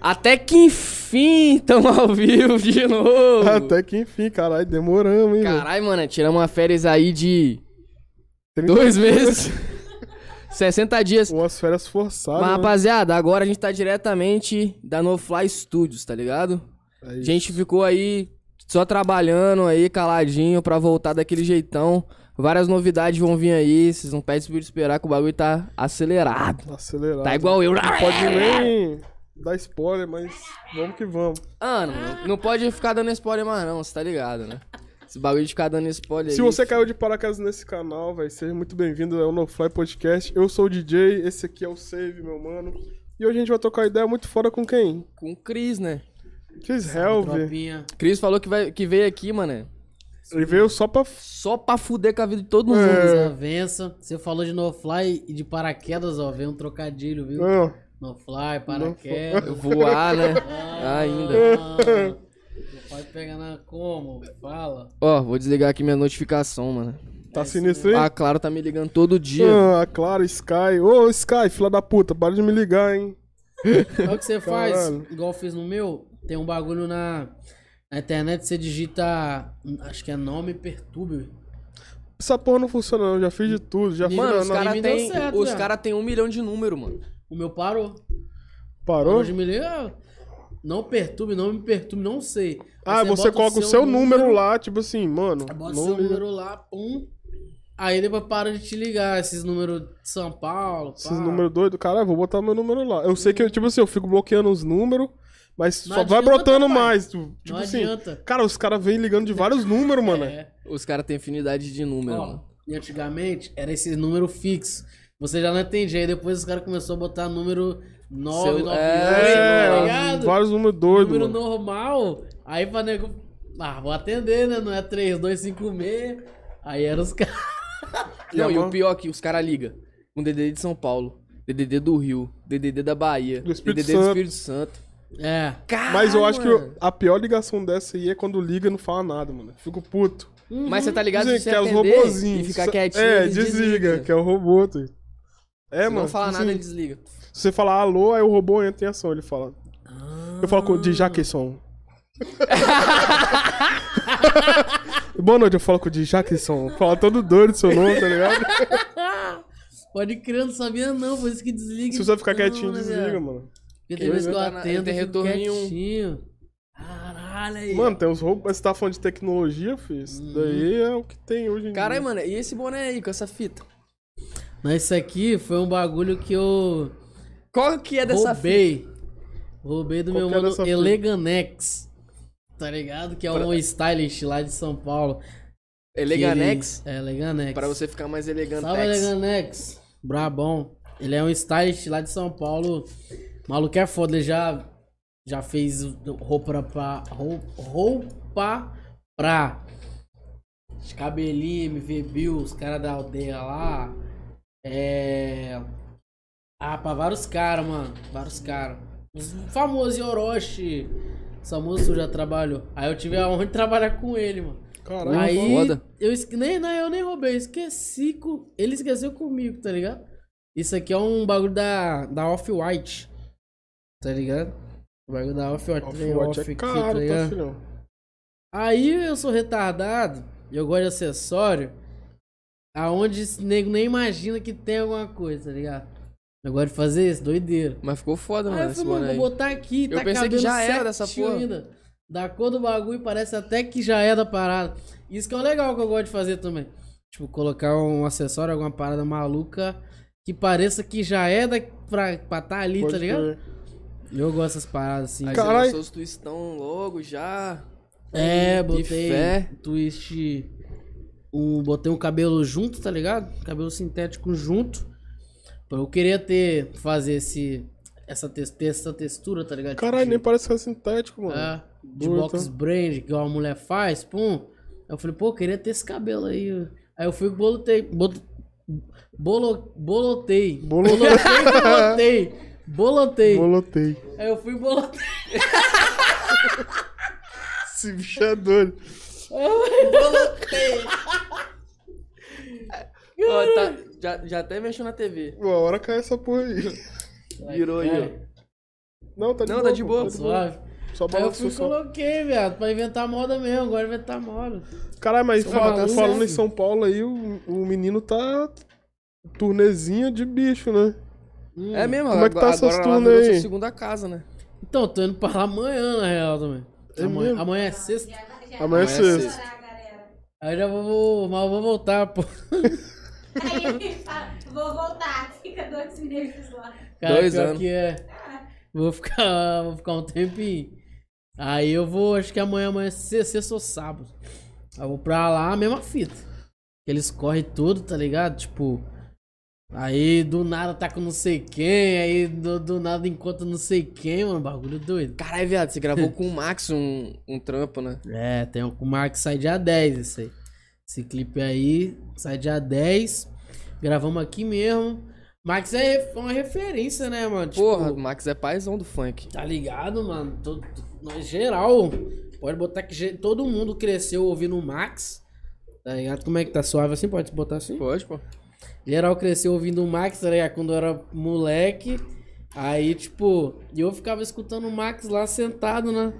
Até que enfim, estamos ao vivo de novo. Até que enfim, caralho, demoramos, hein, velho. Caralho, mano, tiramos uma férias aí de 30 dois meses. 60 dias. Umas férias forçadas. Mas, né? rapaziada, agora a gente tá diretamente da No Fly Studios, tá ligado? É A isso. gente ficou aí só trabalhando aí, caladinho, pra voltar daquele jeitão. Várias novidades vão vir aí, vocês não pedem por esperar que o bagulho tá acelerado. Tá acelerado. Tá igual eu. Não pode nem dar spoiler, mas vamos que vamos. Mano, Ah, não pode ficar dando spoiler mais não, você tá ligado, né? Esse bagulho de ficar dando spoiler Se aí, você caiu de paraquedas nesse canal, velho, seja muito bem-vindo ao No Fly Podcast. Eu sou o DJ, esse aqui é o Save, meu mano. E hoje a gente vai trocar ideia muito fora com quem? Com o Cris, né? Chris é um Helve. Tropinha. Cris falou que, vai, que veio aqui, mano, Ele veio só pra. só pra fuder com a vida de todo mundo. É. Desavença. Você falou de no fly e de paraquedas, ó. Veio um trocadilho, viu? Ah, No fly, paraquedas. Voar, né? Ah, Ainda. "Ah." Não pode pegar na como? Fala. Ó, vou desligar aqui minha notificação, mano. tá sinistro aí? Ah, claro, tá me ligando todo dia. Ah, claro, Sky. Ô, Sky, fila da puta, para de me ligar, hein? É o que você faz, Caralho. igual eu fiz no meu. Tem um bagulho na, na internet, você digita. Acho que é nome perturbe. Essa porra não funciona, não. Já fiz de tudo. Já fiz. Mano, na- os na- cara caras mim deu têm certo, os né? cara tem um milhão de número, mano. O meu parou. Parou? Hoje me liga. Não perturbe, não me perturbe, não sei. Ah, você, bota coloca o seu número, lá, tipo assim, mano. não Bota seu liga. número lá, pum. Aí depois para de te ligar. Esses números de São Paulo. Pá. Esses números doidos, caralho, vou botar meu número lá. Eu sei que, eu, tipo assim, eu fico bloqueando os números, mas Não só vai adianta, brotando pai. mais. tu- tipo Não assim, né? adianta. cara, os caras vêm ligando de vários números, mano. É. Os caras têm infinidade de número, Ó, mano. e antigamente era esse número fixo. Você já não entendia. Aí depois os caras começaram a botar número 9, Seu- 9, é, tá É, ligado? vários números doidos, número mano. normal. Aí pra nego. Ah, vou atender, né? Não é 3, 2, 5, 6. Aí eram os caras. Não, E a e o mão? pior é que os caras ligam. Um DDD de São Paulo, DDD do Rio, DDD da Bahia, Do Espírito DDD do Santo. Espírito Santo. É. Mas eu acho que Caralho, mano. a pior ligação dessa aí é quando liga e não fala nada, mano. Fico puto. Mas você tá ligado Dizem se você que é os atender robozinhos. e ficar quietinho, É, eles desliga, desligam. que é o robô, tu. Se É, mano. não falar tipo nada, assim, ele desliga. Se você falar alô, aí o robô entra em ação, ele fala. Eu falo com o DJ Jackson. Boa noite, eu falo com o DJ Jackson. Fala todo doido seu nome, tá ligado? Pode crer, eu não sabia não. Por isso que desliga. Se você ficar então, quietinho, né, desliga, viado? mano. Porque tem vezes que eu Ele não tá na- atendo, ele tem eu fico retorno nenhum. quietinho. Caralho aí. Mano, tem uns robôs. Você tá falando de tecnologia, filho? Isso Hum. daí é o que tem hoje em Caralho, dia. mano, e esse boné aí com essa fita? Mas isso aqui foi um bagulho que eu Qual que é dessa fita? roubei. Roubei do Qual meu que é dessa mano fita? Eleganex. Tá ligado? Que é um stylist lá de São Paulo. Que Eleganex? ele- É, Eleganex. Pra você ficar mais elegante. Salve, Eleganex. Brabão. Ele é um stylist lá de São Paulo. O maluco é foda, ele já, já fez roupa pra. rou- Roupa pra. de Cabelinho, MV Bill, os caras da aldeia lá. É. Ah, pra vários caras, mano. Vários caras. Os famosos Orochi. Samusso já trabalhou. Aí eu tive a honra de trabalhar com ele, mano. Caralho, Aí Foda. eu esque- nem, não, eu nem roubei, eu esqueci. Com... Ele esqueceu comigo, tá ligado? Isso aqui é um bagulho da, da Off-White. Tá ligado? O bagulho da Off-White. tem Off-White off é aqui, caro, tá, ligado? filhão? Aí eu sou retardado, e eu gosto de acessório, aonde esse nego nem imagina que tem alguma coisa, tá ligado? Eu gosto de fazer isso, doideira. Mas ficou foda, Aí mano, eu esse falei, mano, boné vou aí. botar aqui. Eu tá pensei que cabendo já era dessa certinho porra. Ainda. Da cor do bagulho, parece até que já é da parada. Isso que é o legal que eu gosto de fazer também. Tipo, colocar um acessório, alguma parada maluca que pareça que já é da, pra, pra tá ali, Pode tá ligado? crer. Eu gosto dessas paradas assim. Aí Ca- Caralho. você lançou os twistão logo já. De É, botei fé. um twist. Um, botei um cabelo junto, tá ligado? Cabelo sintético junto. Pô, Eu queria ter, fazer esse, essa, tes- ter essa textura, tá ligado? Tipo Caralho, de- nem parece que é sintético, mano. É, de Doido, box tá? brand, que uma mulher faz, pum. Eu falei, pô, eu queria ter esse cabelo aí. Aí eu fui e bolotei. Bot... Bolo... Bolotei. Bolo- Bolotei, bolotei. Bolotei. Molotei. Aí eu fui e bolotei. Esse bicho é doido. Ó, tá- já, já até mexeu na TV. Uma hora cai essa porra aí. Virou aí, ó. Cara, Não, tá de Não, boa. tá de pô, boa. Suave. Só Aí eu fui balançou e só. coloquei, viado, pra inventar moda mesmo, agora inventar moda. Caralho, mas Só fala- balança, falando né, em filho? São Paulo aí, o, o menino tá turnezinha de bicho, né? Hum. É mesmo, Como é que tá agora, essas agora lá turmas virou aí? sua segunda casa, né? Então, tô indo pra lá amanhã, na real, também. É mesmo? amanhã, amanhã é sexta. Ah, Amanhã é sexta. Aí eu já vou, vou, mas eu vou voltar, pô. Aí ele fala, vou voltar, fica dois meses lá. Cara, Dois pior anos. que é. Vou ficar, vou ficar um tempinho. Aí eu vou, acho que amanhã, amanhã é se- sexta ou sábado. Aí eu vou pra lá, a mesma fita. Eles correm tudo, tá ligado? Tipo, aí do nada tá com não sei quem, aí do, do nada encontra não sei quem, mano, bagulho doido. Caralho, viado, você gravou com o Max um, um trampo, né? É, tem o Mark sai dia 10 esse aí. Esse clipe aí sai dia 10. Gravamos aqui mesmo. Max é ref- uma referência, né, mano? Tipo, Porra, o Max é paizão do funk. Tá ligado, mano? Todo, nós geral. Pode botar que ge- todo mundo cresceu ouvindo o Max. Tá ligado? Como é que tá suave assim? Pode botar assim? Pode, pô. Geral cresceu ouvindo o Max, tá ligado? Quando eu era moleque. Aí, tipo, eu ficava escutando o Max lá sentado, né?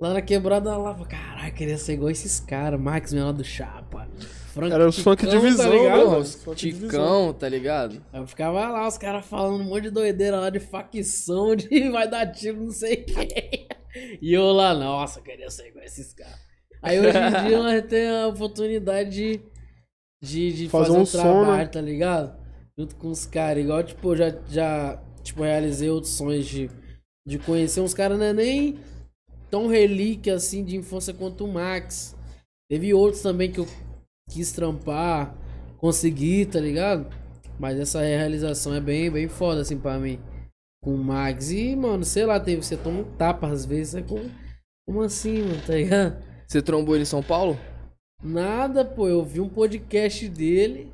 Lá na quebrada lá. falava, Caralho, queria ser igual esses caras. Max, menor do Chapa. tá Franco Era os funk Ticão, de visão, ligado? mano. Porra, Os funk de visão. Ticão, tá ligado? Aí eu ficava lá, os caras falando um monte de doideira lá de facção, de vai dar tiro, não sei quem. E eu lá, nossa, eu queria ser igual esses caras. Aí hoje em dia nós temos a oportunidade de, de, de Fazer fazer, um um som, trabalho, né? tá ligado? Junto com os caras. Igual, tipo, eu já, já tipo, realizei outros sonhos de, de conhecer uns caras, não é nem tão relíquia assim de infância quanto o Max. Teve outros também que eu quis trampar, consegui, tá ligado? Mas essa realização é bem, bem foda, assim, pra mim. Com o Max. E, mano, sei lá, teve, você toma um tapa às vezes. É como, como assim, mano, tá ligado? Você trombou ele em São Paulo? Nada, pô. Eu vi um podcast dele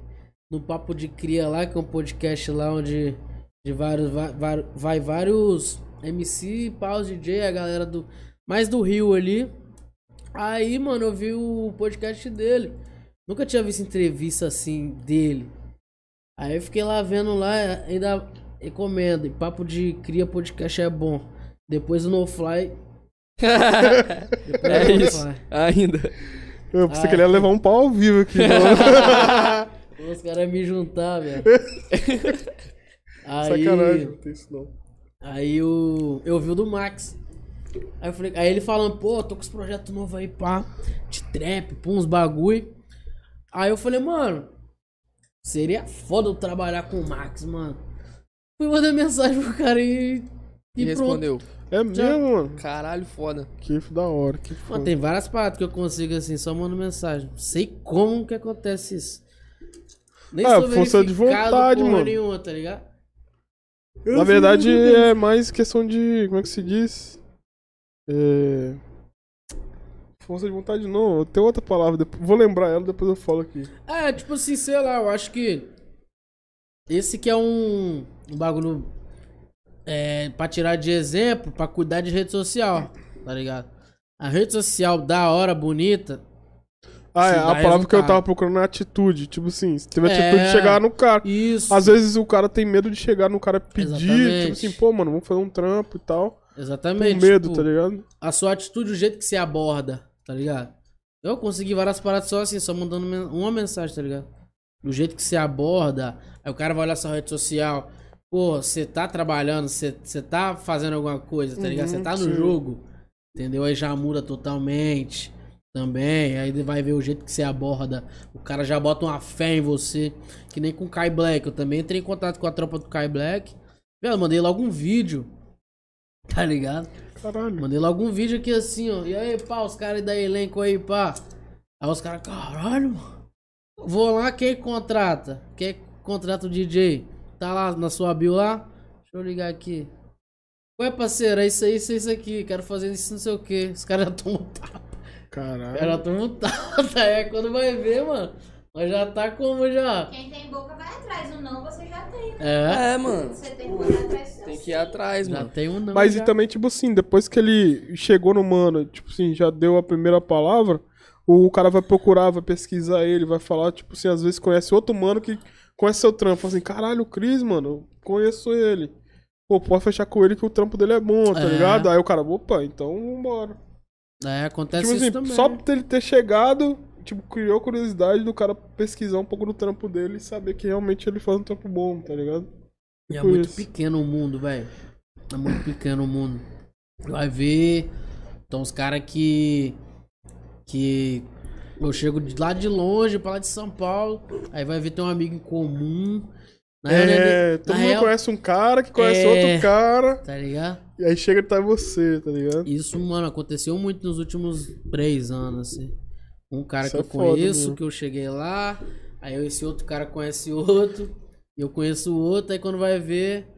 no Papo de Cria lá, que é um podcast lá onde de vários, vai, vai, vai vários MC, Paus, DJ, a galera do. Mais do Rio ali. Aí, mano, eu vi o podcast dele. Nunca tinha visto entrevista assim dele. Aí eu fiquei lá vendo lá, ainda recomendo. E Papo de Cria podcast é bom. Depois o No Fly. Depois É o No isso. Fly. Ainda. Eu pensei Ah, que ele ia levar um pau ao vivo aqui. Pô, Os caras me juntar, velho. aí, Sacanagem, não tem isso não. aí o, eu vi o do Max. Aí, eu falei, aí ele falando, pô, tô com esse projeto novo aí, pá, de trap, pô, uns bagulho. Aí eu falei, mano, seria foda eu trabalhar com o Max, mano. Fui mandar mensagem pro cara e. E E pronto. respondeu. É mesmo, mano. Caralho, foda. Que da hora, que Mano, foda. tem várias paradas que eu consigo assim, só mando mensagem. Não sei como que acontece isso. Nem Ah, sou força de verificado vontade, porra mano. nenhuma, tá ligado? Na verdade, é mais questão de. Como é que se diz? É. Força de vontade não, tem outra palavra, depois- vou lembrar ela, depois eu falo aqui. É, tipo assim, sei lá, eu acho que. Esse que é um, um bagulho. É, pra tirar de exemplo, pra cuidar de rede social, tá ligado? A rede social da hora, bonita. Ah, é, Se a palavra dá que eu resultado. tava procurando é atitude, tipo assim, se teve É. atitude de chegar no cara. Isso. Às vezes o cara tem medo de chegar no cara pedir, tipo Exatamente. assim, pô, mano, vamos fazer um trampo e tal. Com Exatamente. medo, tipo, tá ligado? a sua atitude, o jeito que você aborda, tá ligado? Eu consegui várias paradas só assim, só mandando men- uma mensagem, tá ligado? Do jeito que você aborda, aí o cara vai olhar sua rede social. Pô, você tá trabalhando, você você tá fazendo alguma coisa, tá ligado? Você Uhum, tá no sim. jogo, entendeu? Aí já muda totalmente também. Aí ele vai ver o jeito que você aborda. O cara já bota uma fé em você. Que nem com o Kai Black. Eu também entrei em contato com a tropa do Kai Black. Velho, eu mandei logo um vídeo. Tá ligado? Caralho. Mandei logo um vídeo aqui assim, ó. E aí, pá, os caras da elenco aí, pá. Aí os caras, caralho, mano. Vou lá, quem contrata? Quem contrata o DJ? Tá lá na sua bio lá? Deixa eu ligar aqui. Ué, parceiro, é isso aí, isso, é isso aqui. Quero fazer isso, não sei o que. Os caras já tomam um tapa. Os caras Caralho. já tomam um tapa. Aí quando vai ver, mano. Mas já tá como já. Quem tem boca vai atrás, o não você já tem. né? É. É, mano. Você tem que correr atrás do seu Tem que sim. ir atrás, Já mano. tem um não. É. Mas já. e também, tipo assim, depois que ele chegou no mano, tipo assim, já deu a primeira palavra, o cara vai procurar, vai pesquisar ele, vai falar, tipo assim, às vezes conhece outro mano que conhece seu trampo, fala assim, caralho, o Cris, mano, eu conheço ele. pô, pode fechar com ele que o trampo dele é bom, tá É. ligado? Aí o cara, opa, então vambora. É, acontece Tipo isso assim, também. né? só por ele ter chegado, tipo, criou curiosidade do cara pesquisar um pouco do trampo dele e saber que realmente ele faz um trampo bom, tá ligado? E é por muito isso. pequeno o mundo, velho. É muito pequeno o mundo. Vai ver. Então os caras que. Que. Eu chego de lá de longe, pra lá de São Paulo. Aí vai ver tem um amigo em comum. Na real, né, é, na todo mundo real- conhece um cara que conhece É. outro cara, Tá ligado? e aí chega e tá em você, tá ligado? Isso, mano, aconteceu muito nos últimos três anos, assim. Um cara Isso que é eu foda, conheço, mano. que eu cheguei lá, aí esse outro cara conhece outro, e eu conheço o outro, aí quando vai ver.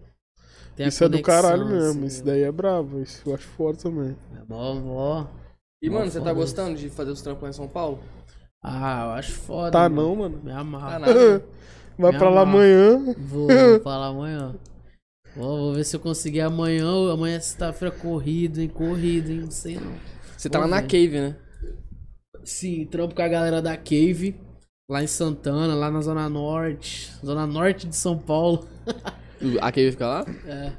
tem a Isso é do conexão, caralho assim, mesmo, isso daí é brabo, isso eu acho foda também. É bom, bom. E, mano, você tá Foda. gostando de fazer os trampos lá em São Paulo? Ah, eu acho foda. Tá mano. não, mano? Me Tá amarro. nada. Vai Me pra lá amarra. amanhã. Vou, vou falar amanhã. Vou, vou ver se eu conseguir amanhã. ou Amanhã é sexta-feira corrido, hein? Corrido, hein? Não sei não. Você tá lá Vou na ver. cave, né? Sim, trampo com a galera da Cave, lá em Santana, lá na Zona Norte. Zona Norte de São Paulo. A cave fica lá?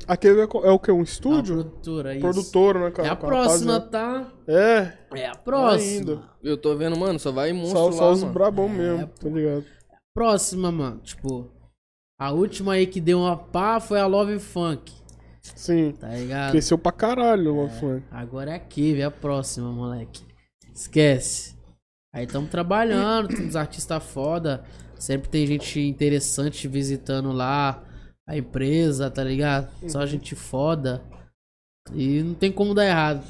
Aquele é, co- é o que? Um É estúdio? uma produtora, isso. Produtora, né, É cara? a Com rapaz, próxima, né? tá? É, É a Ainda. próxima. Eu tô vendo, mano, só vai monstro só, lá, só os mano. É, brabão mesmo, tá ligado? Próxima, mano. Tipo, a última aí que deu uma pá foi a Love Funk, Sim. tá ligado? Cresceu pra caralho, mano. fã. Agora é a Cave, é a próxima, moleque. Esquece. Aí estamos trabalhando, tem uns artistas foda. Sempre tem gente interessante visitando lá a empresa, tá ligado? Só gente foda. E não tem como dar errado,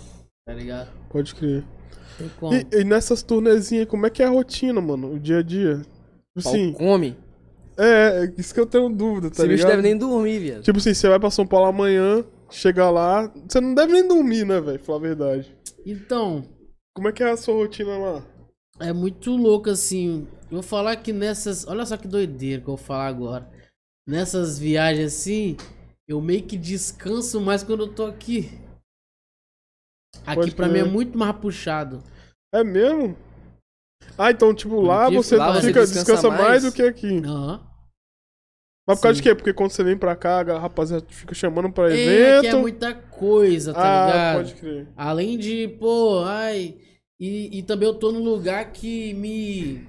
tá ligado? Pode crer. Não tem como. E, e nessas turnezinhas, como é que é a rotina, mano? O dia a dia? Tipo Pau assim, come. é, é isso que eu tenho dúvida, tá Esse bicho ligado? deve nem dormir, viado. Tipo assim, você vai pra São Paulo amanhã, chega lá, você não deve nem dormir, né, velho? Falar a verdade. Então, Como é que é a sua rotina lá? é muito louco assim. Eu vou falar que nessas. Olha só que doideira que eu vou falar agora. Nessas viagens assim, eu meio que descanso mais quando eu tô aqui. Aqui Pode pra mim é crer. muito mais puxado. É mesmo? Ah, então, tipo, lá Aqui, você lá você fica, descansa descansa, mais mais? do que aqui. Aham. Mas por causa de Sim. quê? Porque quando você vem pra cá, a rapaziada fica chamando pra É, evento. que é muita coisa, tá ah, ligado? pode crer. Além de, pô, ai. E, e também eu tô num lugar que me.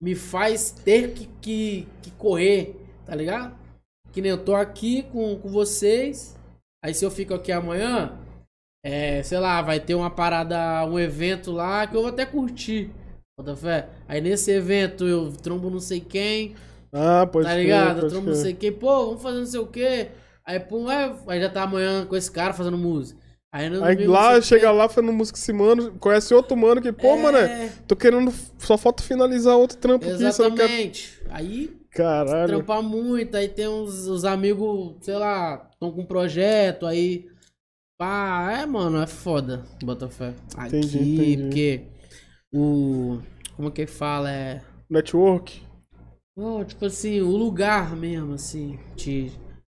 Me faz ter que, que, que correr, tá ligado? Que nem eu tô aqui com, com vocês. Aí se eu fico aqui amanhã, é, sei lá, vai ter uma parada, um evento lá que eu vou até curtir. Bota fé. Aí nesse evento eu trombo não sei quem, Ah, pode tá crer, ligado? pode Trombo crer. não sei o que, pô, vamos fazer não sei o que. Aí, pum, é, aí já tá amanhã com esse cara fazendo música. Aí, no Aí domingo, lá, não sei o quê. É. chega lá, fazendo música esse mano, conhece outro mano que, pô, mano, tô querendo, só falta finalizar outro trampo aqui, só não quer... Exatamente. Aí é? Caralho, trampar muito, aí tem uns, os amigos, sei lá, estão com um projeto, aí. Pá, é, mano, é foda, Botafé. Aqui, Entendi, entendi. porque o. Como que fala? É. network. Não, tipo assim, o lugar mesmo, assim, te,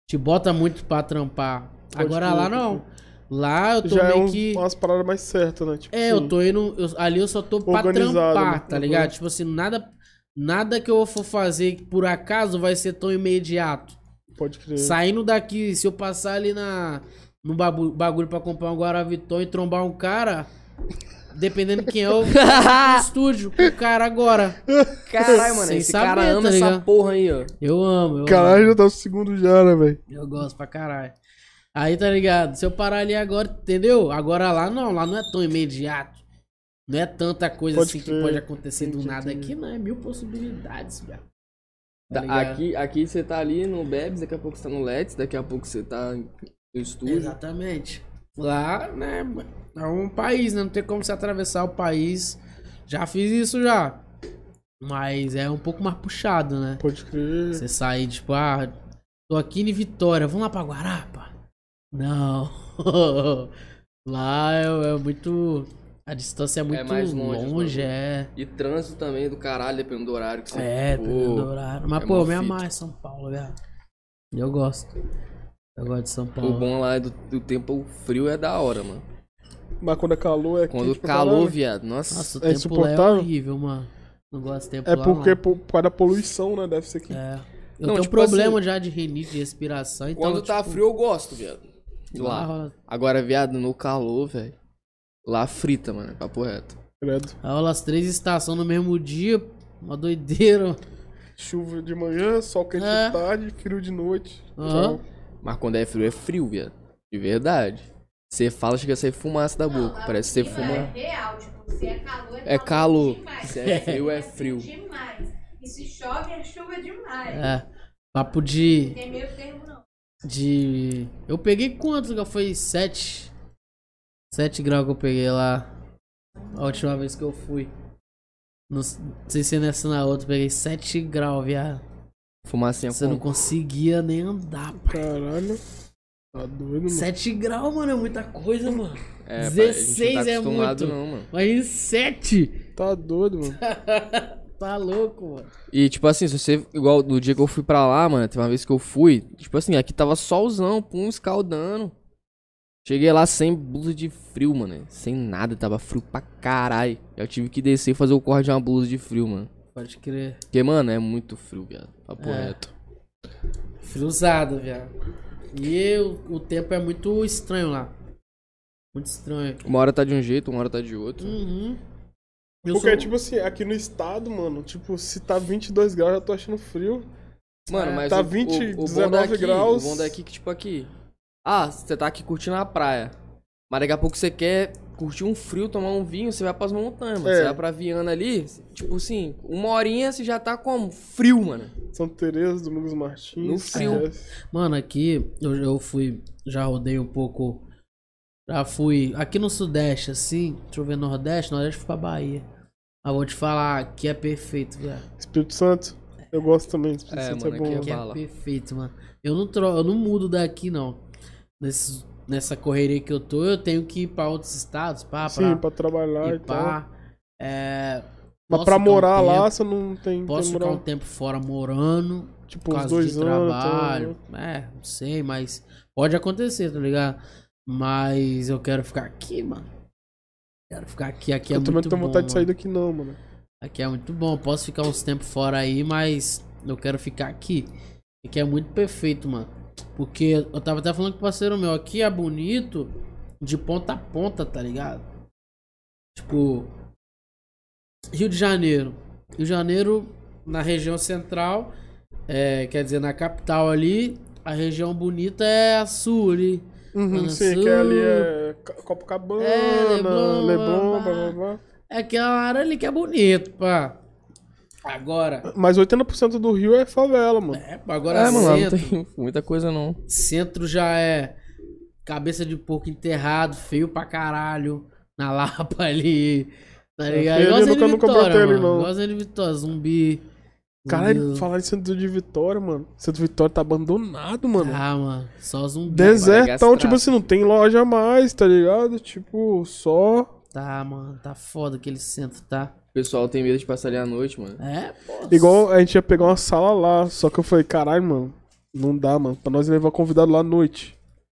te bota muito pra trampar. Pode Agora crer, lá pode não. Lá eu tô Já é meio uns- que. umas paradas mais certas, né? Tipo, É, assim, eu tô indo. eu- ali eu só tô pra Organizado, trampar, né? tá Uhum. ligado? Tipo assim, nada, nada que eu for fazer que por acaso vai ser tão imediato. Pode crer. Saindo daqui, se eu passar ali na, no babu- bagulho pra comprar um Guaraviton e trombar um cara, dependendo quem é, eu vou no estúdio com o cara agora. Caralho, mano, Sem esse saber, cara tá ama essa ligado? porra aí, ó. Eu amo, eu amo. Caralho, já tá no segundo já, né, velho? Eu gosto pra caralho. Aí tá ligado? Se eu parar ali agora, entendeu? Agora lá não, lá não é tão imediato. Não é tanta coisa Pode assim que crer. pode acontecer do nada entendi. aqui, não. É mil possibilidades, velho. Tá, ligado? é aqui, aqui você tá ali no Bebs, daqui a pouco você tá no Let's, daqui a pouco você tá no estúdio. Exatamente. Lá, né, mano, é um país, né? Não tem como você atravessar o país. Já fiz isso já. Mas é um pouco mais puxado, né? Pode crer. Você sair, tipo, ah, tô aqui em Vitória, vamos lá pra Guarapa? Não. lá é, é muito. A distância é muito mais longe, longe, os é. E trânsito também do caralho, dependendo do horário que você É, tá for. ligado? horário. Mas, é pô, mó eu me fita. amarro em São Paulo, velho. Eu gosto. Eu gosto de São O Paulo. bom lá é do, do tempo frio é da hora, mano. Mas quando é calor, é Quando quente pra calor, caralho. viado. Nossa, Nossa, o É tempo lá é insuportável? horrível, mano. Não gosto do tempo É lá, porque não. por, por causa da poluição, né? Deve ser que É. Eu Não, tenho tipo problema assim, já de renite, de respiração. Então, Quando tá tipo, frio, eu gosto, viado. Lá. rola- Agora, viado, no calor, velho. Lá frita, mano. Papo reto. Credo. Aí rola as três estações no mesmo dia. Uma doideira. Chuva de manhã, sol quente É. de tarde, frio de noite. Aham. Tchau. Mas quando é frio, é frio, viado. De verdade. Você fala, chega a sair fumaça da boca. Parece que você É fuma. real, tipo, se é calor, É calor. demais. Assim, Se é frio, é frio. Demais. E se chove, é chuva demais. É. Papo de. Tem meio termo, não. De. Eu peguei quantos? Gal? Foi sete. Sete graus que eu peguei lá. A última vez que eu fui. Não, s- não sei se nessa ou na outra. Peguei sete graus, viado. Fumacinha Você não com. conseguia nem andar, pai. Caralho. Tá doido, mano. 7 graus, mano, é muita coisa, mano. É, 16 a gente é não tá acostumado, muito. não, mano. Mas 7? Tá doido, mano. Tá louco, mano. E, tipo assim, se você. Igual do dia que eu fui pra lá, mano, teve uma vez que eu fui. Tipo assim, aqui tava solzão, pum, escaldando. Cheguei lá sem blusa de frio, mano. Sem nada, tava frio pra caralho. Eu tive que descer e fazer o corte de uma blusa de frio, mano. Pode crer. Porque, mano, é muito frio, viado. Papo É. reto. Frusado, viado. E o, o tempo é muito estranho lá. Muito estranho. Uma hora tá de um jeito, uma hora tá de outro. Uhum. Eu Porque, sou- tipo assim, aqui no estado, mano, tipo, se tá 22 graus, eu já tô achando frio. Mano, mas Tá o- 20, o, o, bom 19 daqui- graus. O bom daqui que, tipo, aqui. Ah, você tá aqui curtindo a praia. Mas daqui a pouco você quer curtir um frio, tomar um vinho, você vai pras montanhas, mano. É. Você vai pra Viana ali, tipo assim, uma horinha você já tá como? Frio, mano. São Tereza, Domingos Martins. é, No frio. esquece. Mano, aqui eu, eu fui. Já rodei um pouco. Já fui. Aqui no Sudeste, assim. Deixa eu ver Nordeste. Nordeste fui pra Bahia. Mas vou te falar, aqui é perfeito, viado. Espírito Santo. Eu gosto também. Espírito É, Santo mano, é aqui bom. é Que mano. Fala. é perfeito, mano. Eu não, tro eu não mudo daqui, não. Nesse, nessa correria que eu tô, eu tenho que ir pra outros estados, pá, Sim, é pra, pra trabalhar ir e tal. pá. É, Mas posso pra ficar um morar lá, tempo- você não tem. Posso tem ficar um moral, tempo fora morando, por tipo, uns causa dois de anos. tá? trabalho. É, não sei, mas pode acontecer, tá ligado? Mas eu quero ficar aqui, mano. Quero ficar aqui, aqui é eu também não muito tenho bom, vontade de sair mano. daqui, não, mano. Aqui é muito bom. Posso ficar uns tempos fora aí, mas eu quero ficar aqui. Aqui é muito perfeito, mano. Porque eu tava até falando com o parceiro meu, aqui é bonito de ponta a ponta, tá ligado? Tipo, Rio de Janeiro. Rio de Janeiro, na região central, é, quer dizer, na capital ali, a região bonita é a sul ali. Uhum, Mano, sim, que sul. ali é Ca- Copacabana, Leblon, É, Leblon, Leblon blá, blá, blá, blá. É aquela área ali que é bonito, pá. Agora, Mas 80% do Rio é favela, mano. é, agora é, mano, lá não centro. tem muita coisa não. Centro já é cabeça de porco enterrado, feio pra caralho. Na Lapa ali. Tá É, ligado? feio Igual ali, Zé de nunca- nunca botei Vitória, ele, mano. não. Igual Zé de Vitória, zumbi. É, Caralho, zumbi- falar em Centro de Vitória, mano. Centro de Vitória tá abandonado, mano. Ah, é mano, só zumbi. Desertão, Madagascar. tipo assim, não tem loja mais, tá ligado? Tipo, só. Tá, mano, tá foda aquele centro, tá? O pessoal tem medo de passar ali à noite, mano. É, pô. Igual a gente ia pegar uma sala lá, só que eu falei, caralho, mano, não dá, mano. Pra nós levar convidado lá à noite.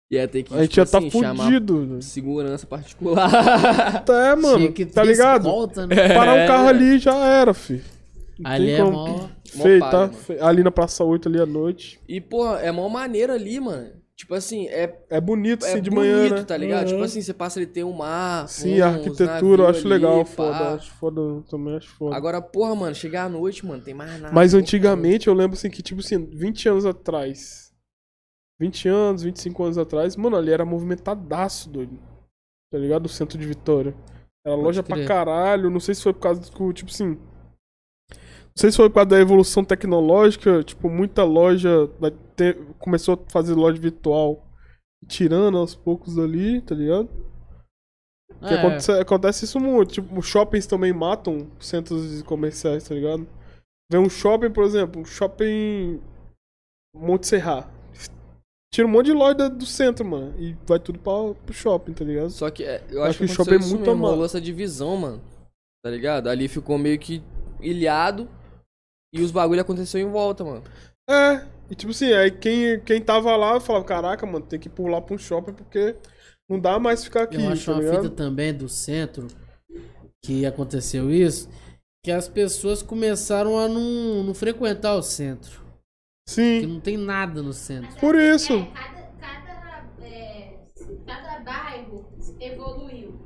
E ia ter que, a gente tipo já tá assim, chamar fudido. segurança particular. Tá, É, mano, Tinha que tá ter ligado? escolta, né? Parar um É, carro né? ali já era, fi. Não Ali tem é como. mó. Mó Feio, palha, tá? mano. Feio. Ali na Praça 8, ali à noite. e, pô, é mó maneiro ali, mano. Tipo assim, é, É bonito, é sim, de bonito, manhã, né? tá ligado? Aham. Tipo assim, você passa ali, tem o mar. Sim, a uns arquitetura eu navios acho ali, legal, pá. foda. Acho foda, também acho foda. Agora, porra, mano, chegar à noite, mano, tem mais nada. Mas antigamente eu lembro assim que, tipo assim, 20 anos atrás. 20 anos, 25 anos atrás, mano, ali era movimentadaço, doido. Tá ligado? O centro de Vitória. Era loja pra crer. caralho. Não sei se foi por causa do. Tipo assim. Não sei se foi por causa da evolução tecnológica. Tipo, muita loja vai ter- começou a fazer loja virtual. Tirando aos poucos ali, tá ligado? Porque É, acontece, acontece isso muito. Tipo, shoppings também matam centros comerciais, tá ligado? Vem um shopping, por exemplo, um shopping Monte Serra. Tira um monte de loja do centro, mano. E vai tudo pra, pro shopping, tá ligado? Só que é, eu acho que, que o aconteceu shopping é isso muito mesmo, amado. rolou essa divisão, mano. Tá ligado? Ali ficou meio que ilhado. E os bagulho aconteceu em volta, mano. É. E tipo assim, aí quem, quem tava lá falava, caraca, mano, tem que pular pra um shopping porque não dá mais ficar aqui, Eu acho tá uma fita ligado? também do centro que aconteceu isso, que as pessoas começaram a não, não frequentar o centro. Sim. Que não tem nada no centro. Por isso. É, cada, cada, é, cada bairro evoluiu.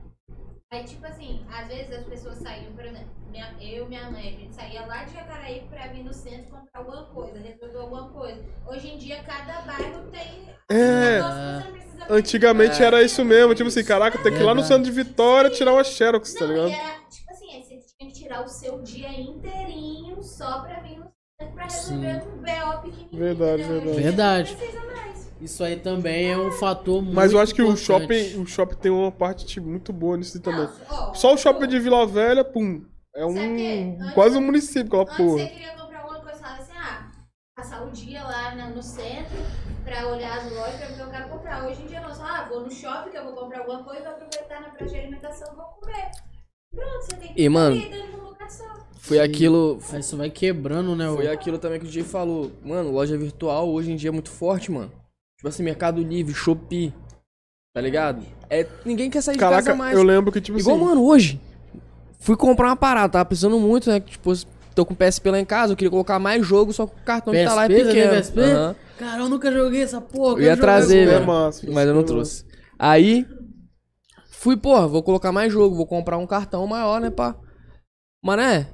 Aí, tipo assim, às vezes as pessoas saíam, por exemplo, minha, eu e minha mãe, a gente saía lá de Jacaraí pra vir no centro comprar alguma coisa, resolver alguma coisa. Hoje em dia, cada bairro tem. É. um negócio que você não precisa fazer. É. Antigamente era isso mesmo, tipo assim, caraca, tem que ir lá no centro de Vitória tirar uma Xerox, tá Não, ligado? e era, tipo assim, aí você tinha que tirar o seu dia inteirinho só pra vir no centro pra resolver um BO pequenininho. Verdade, entendeu? verdade. Verdade. Não precisa mais. Isso aí também é um fator muito Mas eu acho que o importante. shopping, o shopping tem uma parte tipo, muito boa nisso também. ó, Só o shopping pô, de Vila Velha, pum, é Sabe um que antes- quase um município aquela Antes porra. você queria comprar alguma coisa, você falava assim, ah, passar o dia lá na- no centro pra olhar as lojas, pra ver o que eu quero comprar. Hoje em dia não, só, ah, vou no shopping que eu vou comprar alguma coisa, vou aproveitar na praça de alimentação, vou comer. Pronto, você tem que E, mano, comer dentro de um lugar só. Foi Sim. aquilo. Aí Isso vai quebrando, né? o- Foi aquilo também que o DJ falou. Mano, loja virtual hoje em dia é muito forte, mano. Tipo assim, Mercado Livre, Shopee. Tá ligado? É, ninguém quer sair de Caraca, casa mais. eu lembro que tipo Igual, assim, mano, hoje. Fui comprar uma parada, tava precisando muito, né? que, Tipo, tô com PSP lá em casa, eu queria colocar mais jogo, só que o cartão que tá lá é PSP, pequeno. PSP? Aham. né, Cara, eu nunca joguei essa porra. Eu ia quero trazer, é jogar velho. massa, Mas eu não é trouxe. Aí, fui, porra, vou colocar mais jogo, vou comprar um cartão maior, né, pá. Mané,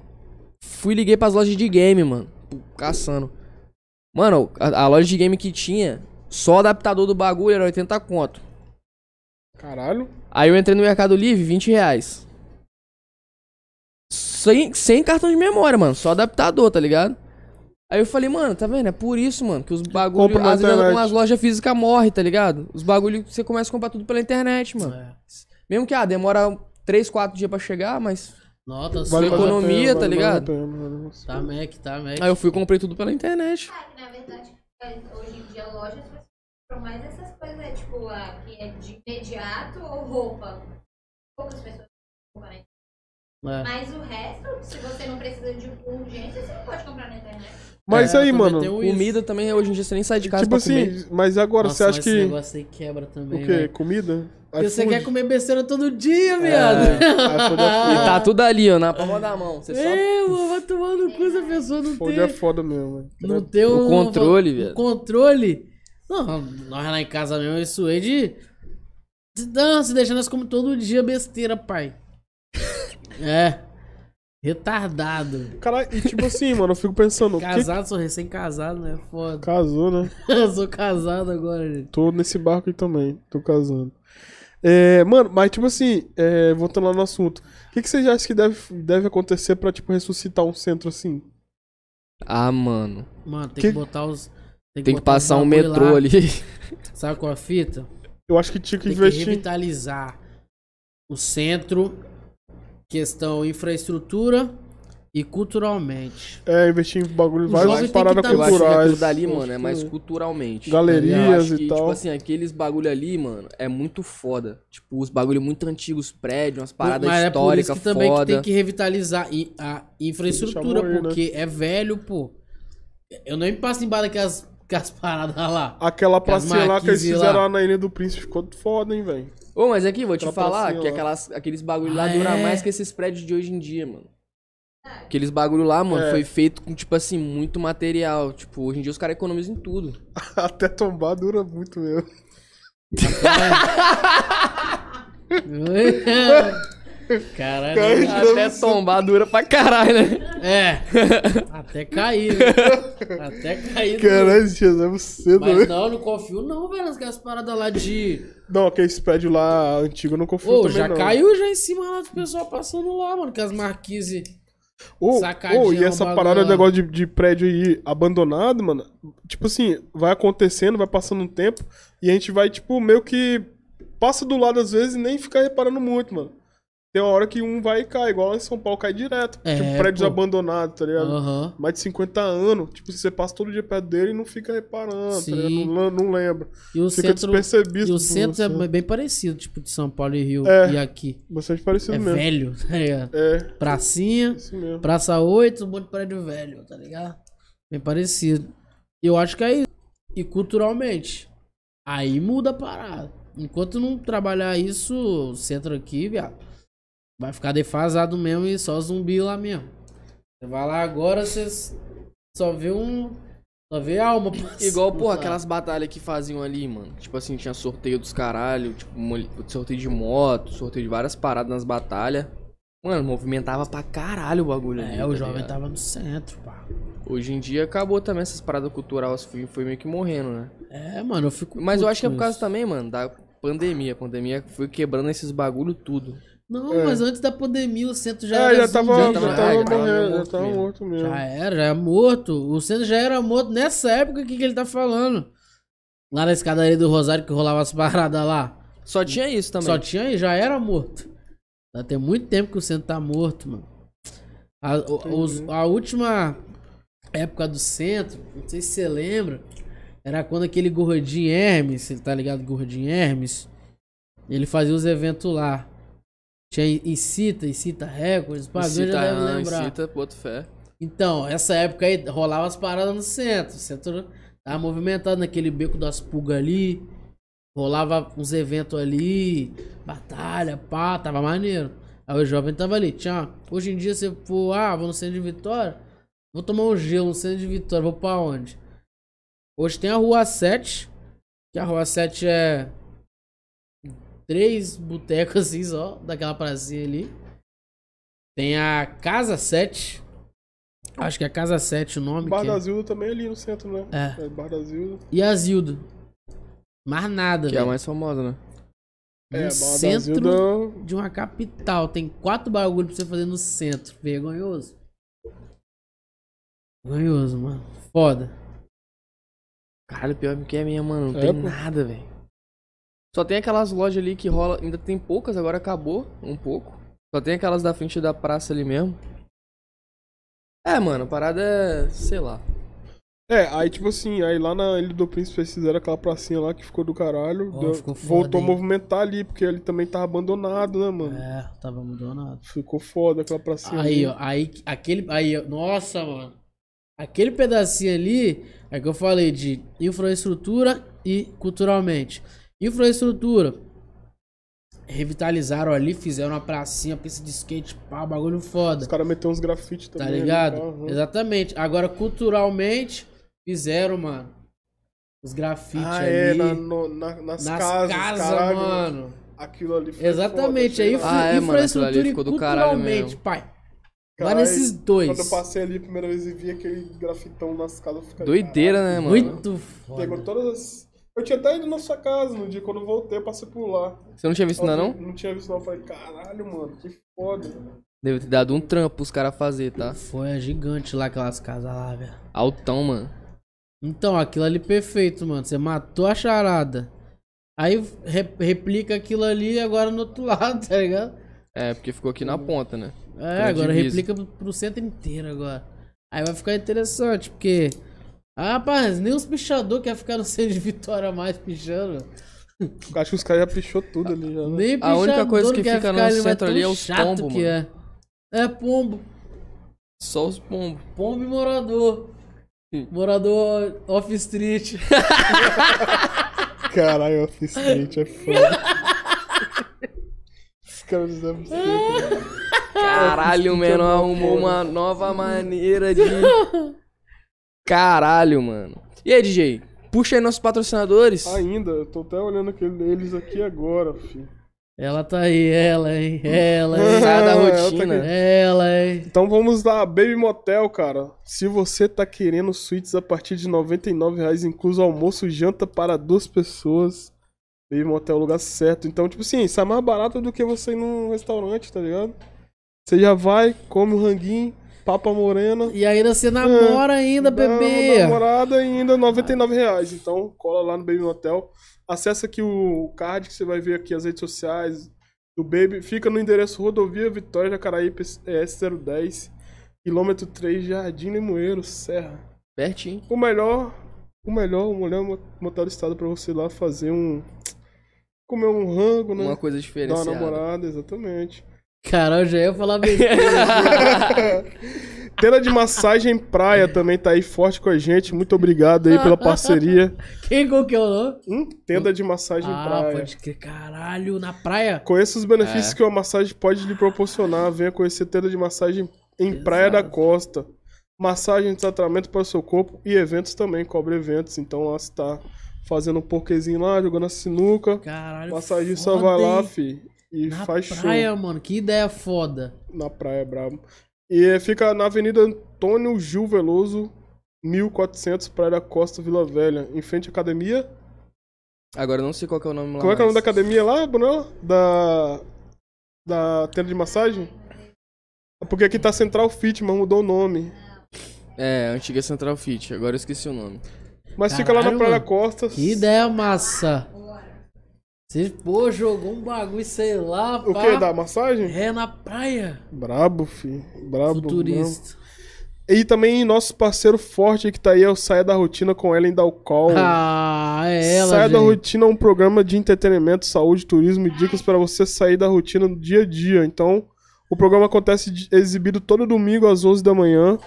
fui liguei pras lojas de game, mano. Pô, Caçando. Mano, a, a loja de game que tinha, só o adaptador do bagulho era 80 conto. Caralho. Aí eu entrei no Mercado Livre, 20 reais. Sem, sem cartão de memória, mano. Só adaptador, tá ligado? Aí eu falei, mano, tá vendo? É por isso, mano, que os bagulhos. Compra na Às vezes internet. umas lojas físicas morrem, tá ligado? Os bagulhos você começa a comprar tudo pela internet, mano. É. Mesmo que, ah, demora 3, 4 dias pra chegar, mas. Nota Vale sua. mais a economia, pena, tá vale mais a ligado? pena, vale mais a Tá, pena. Mac, tá, Mac. Aí eu fui e comprei tudo pela É internet. Ah, que na verdade, é, hoje em dia lojas compram mais essas coisas, é, tipo, a, que é de imediato ou roupa. Poucas pessoas compram, né? É. Mas o resto, se você não precisa de urgência, você não pode comprar na internet. Mas É, aí, também mano, tem o isso. Comida também, hoje em dia você nem sai de casa tipo pra comer. assim, mas agora Nossa, você acha mas Esse que negócio aí quebra também. o quê? velho. Comida? Porque você iFood? É, quer comer besteira todo dia, viado. iFood é E Ah. tá tudo ali, ó, na palma da mão. Você só Meu, vai tomar no cu essa pessoa não Foda é ter. foda mesmo. Não ter Né? O um- controle, um viado. controle. Não, nós lá em casa mesmo, isso aí de. Não, se deixar nós comemos todo dia besteira, pai. é. Retardado. Caralho, e tipo assim, mano, eu fico pensando, o que Casado, sou recém-casado, né? Foda. casou, né? sou casado agora, gente. Tô nesse barco aí também, tô casando. É, mano, mas tipo assim, é, voltando lá no assunto, o que, que vocês acham que deve, deve acontecer pra, tipo, ressuscitar um centro assim? Ah, mano. Mano, tem que, Que- botar os. Tem que botar os passar um bagulho metrô lá. ali. Sabe qual é a fita? Eu acho que tinha que Tem que investir. revitalizar o centro, questão infraestrutura e culturalmente. É, investir em bagulho, Os jovens várias têm paradas que tá- Eu acho que culturais. aquilo dali, mano, é mais culturalmente. Eu Galerias acho que, e tal. tipo assim, aqueles bagulho ali, mano, é muito foda. Tipo, os bagulho muito antigos, prédios, umas paradas Mas é por isso históricas que também que foda. tem que revitalizar i- a infraestrutura, Deixa morrer, né? porque é velho, pô. Eu nem passo embaixo daquelas, daquelas paradas lá. Aquela pracinha lá que eles marquises lá. fizeram lá na Ilha do Príncipe ficou foda, hein, velho. Ô, mas aqui, vou te Aquela falar pracinha que lá. aquelas, aqueles bagulho lá assim, Ah, dura é? mais que esses prédios de hoje em dia, mano. Aqueles bagulho lá, mano, É. foi feito com, tipo assim, muito material. Tipo, hoje em dia os caras economizam em tudo. Até tombar dura muito mesmo. Caralho. Até tombar dura pra caralho, né? É. Até cair. né? Até cair. né? Caralho, Jesus, cedo, né? Mas não, eu não confio não, velho, aquelas paradas lá de... Não, aquele prédio lá antigo eu não confio Ô, também, já não. caiu já em cima lá do pessoal passando lá, mano, com as marquise. Ô, Sacadinha ô, e no essa é um bagulho parada, lá. negócio de, de prédio aí abandonado, mano. Tipo assim, vai acontecendo, vai passando um tempo e a gente vai, tipo, meio que passa do lado às vezes e nem fica reparando muito, mano. Tem uma hora que um vai e cai, igual lá em São Paulo cai direto. É, tipo, prédios pô. Ah. abandonados, tá ligado? Aham. Mais de 50 anos. Tipo, você passa todo dia perto dele e não fica reparando, Sim. tá ligado? Não, não lembra. E o Fica centro, despercebido. e o por centro você. é bem parecido, tipo, de São Paulo e Rio É. e aqui. Bastante parecido É mesmo. velho, tá ligado? É, Pracinha, isso mesmo. Praça 8, um monte de prédio velho, tá ligado? Bem parecido. Eu acho que é isso. E culturalmente, aí muda a parada. Enquanto não trabalhar isso, o centro aqui, viado, vai ficar defasado mesmo e só zumbi lá mesmo. Você vai lá agora, você só vê um Só vê a alma. Igual, porra, passar. aquelas batalhas que faziam ali, mano. Tipo assim, tinha sorteio dos caralho, tipo, mole- sorteio de moto, sorteio de várias paradas nas batalhas. Mano, movimentava pra caralho o bagulho ali. É, tá o jovem ligado? tava no centro, pá. Hoje em dia acabou também essas paradas culturais, as foi, foi meio que morrendo, né? É, mano, eu fico. Mas eu puto acho que é com por causa isso. também, mano, da pandemia. A pandemia foi quebrando esses bagulho tudo. Não, É. mas antes da pandemia o centro já é, era. né? já tava, já já tava, tava- já tava morrendo, já morto tava mesmo. morto mesmo. Então, é, Já era, já era morto. O centro já era morto nessa época aqui que ele tá falando. Lá na escadaria do Rosário que rolava as paradas lá. Só tinha isso também. Só tinha e já era morto. Já tem muito tempo que o centro tá morto, mano. A, o- os- a última época do centro, não sei se você lembra, era quando aquele gordinho Hermes, você tá ligado? Gordinho Hermes, ele fazia os eventos lá. Tinha Incita, Incita Records, pá, Incita, já deve ah, lembrar. incita, boto fé. é Então, essa época aí rolava as paradas no centro. O centro tava movimentado naquele beco das pulgas ali. Rolava uns eventos ali. Batalha, pá, tava maneiro. Aí o jovem tava ali. Tinha, hoje em dia você for, ah, vou no centro de Vitória. Vou tomar um gelo no centro de Vitória. Vou pra onde? Hoje tem a rua 7. Que a rua 7 é. Três botecas assim só, daquela pracinha ali. Tem a Casa 7. Acho que é a Casa 7 o nome. Bar que- da Zilda também ali no centro, né? É. Bar da Zilda. E a Zilda. Mais nada, Que é a velho. mais famosa, né? No é, Bar da centro Zilda. de uma capital. Tem quatro bagulhos pra você fazer no centro. Vergonhoso. Vergonhoso, mano. Foda. Caralho, pior que é minha, mano. Não É, tem pô. nada, velho. Só tem aquelas lojas ali que rola. Ainda tem poucas, agora acabou um pouco. Só tem aquelas da frente da praça ali mesmo. É, mano, a parada é. sei lá. É, aí tipo assim, aí lá na Ilha do Príncipe eles fizeram aquela pracinha lá que ficou do caralho. Ó, deu- ficou foda, voltou hein? a movimentar ali, porque ele também tava abandonado, né, mano? É, tava abandonado. Ficou foda aquela pracinha. ali. Aí, ó. Aí, aquele. Aí, ó. Nossa, mano. Aquele pedacinho ali é que eu falei de infraestrutura e culturalmente. Infraestrutura. Revitalizaram ali, fizeram uma pracinha, pista de skate, pá, bagulho foda. Os caras meteram uns grafites também. Tá ali, ligado? aham. Exatamente. Agora, culturalmente, fizeram, mano. Os grafites Ah, ali. é, na, no- na- nas, nas casas, casas, caralho. mano. Aquilo ali foi Exatamente. foda, tá Aí sei infra- lá. Ah, é, mano, aquilo infraestrutura ali e ficou do caralho culturalmente, mesmo. pai. Vai Caralho, nesses Quando eu dois. passei ali a primeira vez e vi aquele grafitão nas casas, eu fiquei, Doideira, né, mano? Muito caralho. Pegou foda. todas as... Eu tinha até ido na sua casa no dia, quando eu voltei eu passei por lá. Você não tinha visto ainda, Eu Uhum. não? Não tinha visto não, eu falei, caralho, mano, que foda. Deve ter dado um trampo os caras fazer, tá? Foi é gigante lá aquelas casas lá, velho. Altão, mano. Então, aquilo ali perfeito, mano. Você matou a charada. Aí re- replica aquilo ali agora no outro lado, tá ligado? É, porque ficou aqui na ponta, né? É, Então, agora divisa. replica pro- pro centro inteiro agora. Aí vai ficar interessante, porque. Ah, rapaz, nem os pichador quer ficar no centro de Vitória mais pichando. Eu Acho que os caras já pichou tudo ali já, né? Nem A única pichador coisa que quer fica no ficar mas centro tão ali é os chato pombo, que É. é pombo. Só os pombos. Pombo e morador. Morador off-street. Caralho, o Skate é foda. Os caras fizeram isso aí, cara. Caralho, mano, arrumou uma nova maneira de. Caralho, mano. E aí, DJ? Puxa aí nossos patrocinadores. Ainda, eu tô até olhando aquele, eles aqui agora, filho. Ela tá aí, ela, hein? Ela, hein? Sai da Ah, eu tô rotina. ela, hein? Então vamos da Baby Motel, cara. Se você tá querendo suítes a partir de R$ 99,00, incluso almoço e janta para duas pessoas, Baby Motel é o lugar certo. Então, tipo assim, isso é mais barato do que você ir num restaurante, tá ligado? Você já vai, come um ranguinho, papa morena, E ainda você namora ainda, bebê. dá uma namorada ainda R$ 99 reais. Então, cola lá no Baby Motel. Acessa aqui o card que você vai ver aqui as redes sociais do Baby. Fica no endereço Rodovia Vitória Jacaraí S010, quilômetro 3, Jardim Limoeiro, Serra. Pertinho. O melhor, o melhor, o melhor motel do estado pra você ir lá fazer um comer um rango, né? Uma coisa Dar uma diferenciada. namorada, exatamente. Carol, já ia falar besteira. Tela de massagem praia também tá aí forte com a gente. Muito obrigado aí pela parceria. Quem qual que é o nome? Hum, tenda de massagem ah, praia. pode É. crer. Caralho, na praia? Conheça os benefícios que uma massagem pode lhe proporcionar. Venha conhecer tenda de massagem em Praia da Costa. massagem, tratamento para o seu corpo e eventos também, cobre eventos. Então lá você tá fazendo um pokezinho lá, jogando a sinuca. Caralho, Massagem só foda, vai lá, hein? fi. E Na faz praia, mano, que ideia foda. show na praia, brabo. E é, fica na Avenida Antônio Gil Veloso, 1400, Praia da Costa, Vila Velha. Em frente à academia. Agora eu não sei qual que é o nome lá. Como é que é o nome da mais. academia lá, Bruno? Da. Da tenda de massagem? É Porque aqui tá Central Fit, mas mudou o nome. É, a antiga Central Fit, agora eu esqueci o nome. Mas fica lá na Caralho, Praia da mano. Costa. Que ideia massa. Você, pô, jogou um bagulho, sei lá, O pá. que? Da massagem? É na praia. Brabo, fi. Brabo. brabo. Futurista. E também nosso parceiro forte que tá aí é o Saia da Rotina com Ellen Dalcol. Ah, é ela, Saia da gente. Rotina é um programa de entretenimento, saúde, turismo e dicas para você sair da rotina no dia a dia. Então, o programa acontece de- exibido todo domingo às 11 da manhã.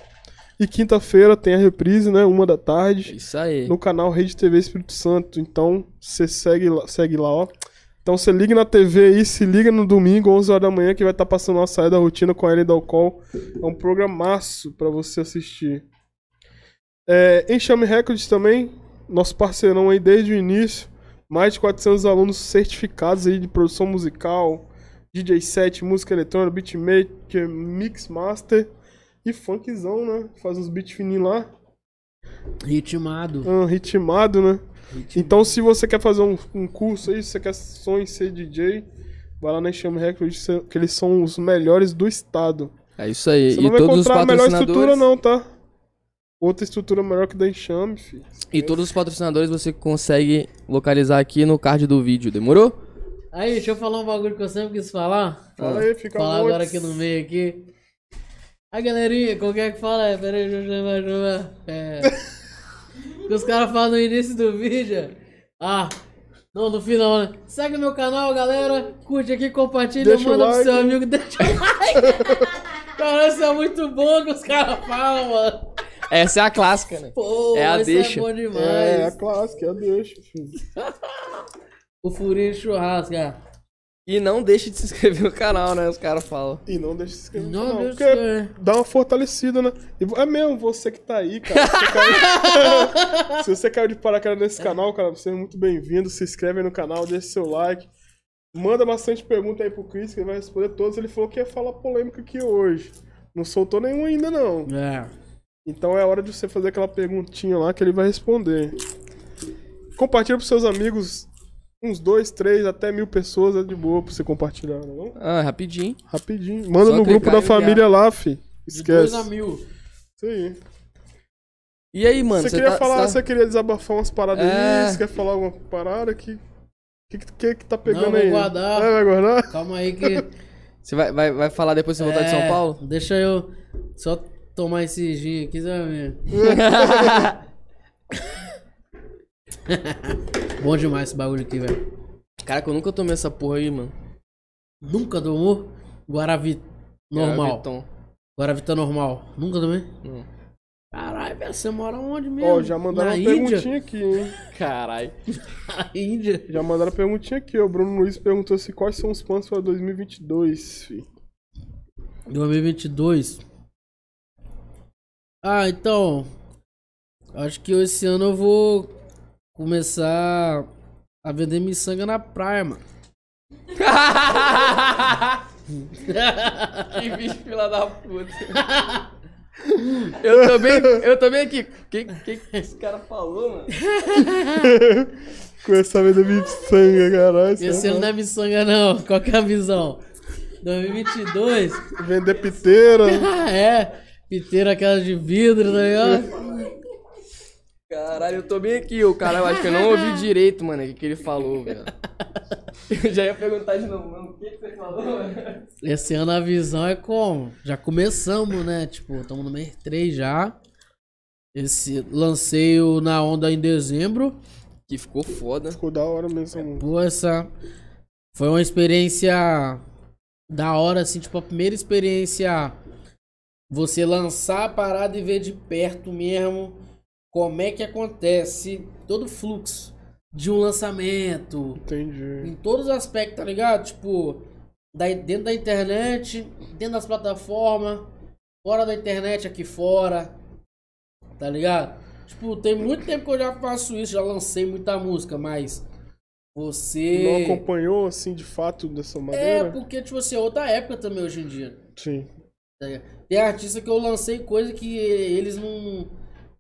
E quinta-feira tem a reprise, né? Uma da tarde. Isso aí. No canal Rede TV Espírito Santo. Então, você segue lá, segue lá, ó. Então, você liga na TV aí, se liga no domingo, 11 horas da manhã, que vai estar passando uma saída da rotina com a Ellen Dalcol. É um programaço pra você assistir. É, Enxame Records também, nosso parceirão aí desde o início. Mais de 400 alunos certificados aí de produção musical, DJ set, música eletrônica, beatmaker, mix master e funkzão, né? Faz uns beats fininhos lá. Ritmado. Ah, ritmado, né? Então, se você quer fazer um, um curso aí, se você quer sonho em ser DJ, vai lá na Enxame Records, que eles são os melhores do estado. É isso aí. Você e não vai todos os encontrar a melhor patrocinadores. estrutura, não, tá? Outra estrutura melhor que da Enxame, filho. E todos os patrocinadores você consegue localizar aqui no card do vídeo, demorou? Aí, deixa eu falar um bagulho que eu sempre quis falar. Fala aí, fica falar à vontade. agora aqui no meio aqui. A galerinha, qualquer que fala, é, peraí, Jujuba, Jujuba. É. O que os caras falam no início do vídeo. é, Ah, não, no final, né? Segue meu canal, galera. Curte aqui, compartilha, Deixa o manda pro seu like. amigo, deixa o like. Cara, isso é muito bom que os caras falam, mano. Essa é a clássica, né? Pô, É a isso deixa. é bom demais. É, a clássica, é a deixa, filho. O furinho de churrasco, é. cara. E não deixe de se inscrever no canal, né? Os caras falam. E não deixa de se inscrever no Não canal, deixa de porque inscrever. dá uma fortalecida, né? E vo- é mesmo, você que tá aí, cara. Você caiu- se você caiu de paraquedas nesse canal, cara, você é muito bem-vindo. Se inscreve aí no canal, deixa seu like. Manda bastante pergunta aí pro Chris, que ele vai responder todas. Ele falou que ia falar polêmica aqui hoje. Não soltou nenhum ainda, não. É. Então é hora de você fazer aquela perguntinha lá que ele vai responder. Compartilha pros seus amigos. Uns dois, três, até mil pessoas é de boa pra você compartilhar, não é não? Ah, rapidinho. Rapidinho. Manda Só no grupo clicar da e enviar. família lá, fi. De dois a Esquece. mil. Isso aí. E aí, mano? você queria tá- falar, você você queria desabafar umas paradas É. aí? Você quer falar alguma parada que. Que, que, que, que tá pegando vou aí? guardar. É, vai guardar? Calma aí que. tá- você vai, vai, vai falar depois de você voltar de São É, Paulo? Deixa eu só tomar esse gin aqui, você vai ver. Bom demais esse bagulho aqui, velho. Caraca, eu nunca tomei essa porra aí, mano. Nunca tomou Guaravita normal. Tom. Guaravita normal. Nunca tomei? Não. Caralho, velho, você mora onde mesmo? Ó, já mandaram Na uma Índia? perguntinha aqui, hein? Caralho. Na Índia. Já mandaram uma perguntinha aqui, ó. O Bruno Luiz perguntou se quais são os planos para 2022, fi. 2022. Ah, então. Acho que esse ano eu vou começar a vender miçanga na praia, mano. que bicho fila da puta. Eu também, eu também aqui. O que, que, que esse cara falou, mano? Com essa vida de sangue, caralho. Esse ano não é miçanga, não. Qual que é a visão? 2022? Vender piteira. Ah, é. Piteira aquelas de vidro, tá ligado? Caralho, eu tô bem aqui, o cara, eu acho que eu não ouvi direito, mano, o que, que ele falou, velho. Eu já ia perguntar de novo, mano, o que, que você falou? Esse ano a visão é como? Já começamos, né? Tipo, estamos no mês 3 já. Esse lancei o Na Onda em dezembro. Que ficou foda. Ficou da hora mesmo. essa música. Pô, essa foi uma experiência da hora, assim, tipo, a primeira experiência. Você lançar a parada e ver de perto mesmo como é que acontece todo o fluxo de um lançamento, Entendi. em todos os aspectos, tá ligado? Tipo, da, dentro da internet, dentro das plataformas, fora da internet, aqui fora, tá ligado? Tipo, tem muito tempo que eu já faço isso, já lancei muita música, mas Não né? você. acompanhou, assim, de fato, dessa é, maneira? porque, tipo assim, é outra época também hoje em dia. Sim. tá ligado? Tem artista que eu lancei coisa que eles não,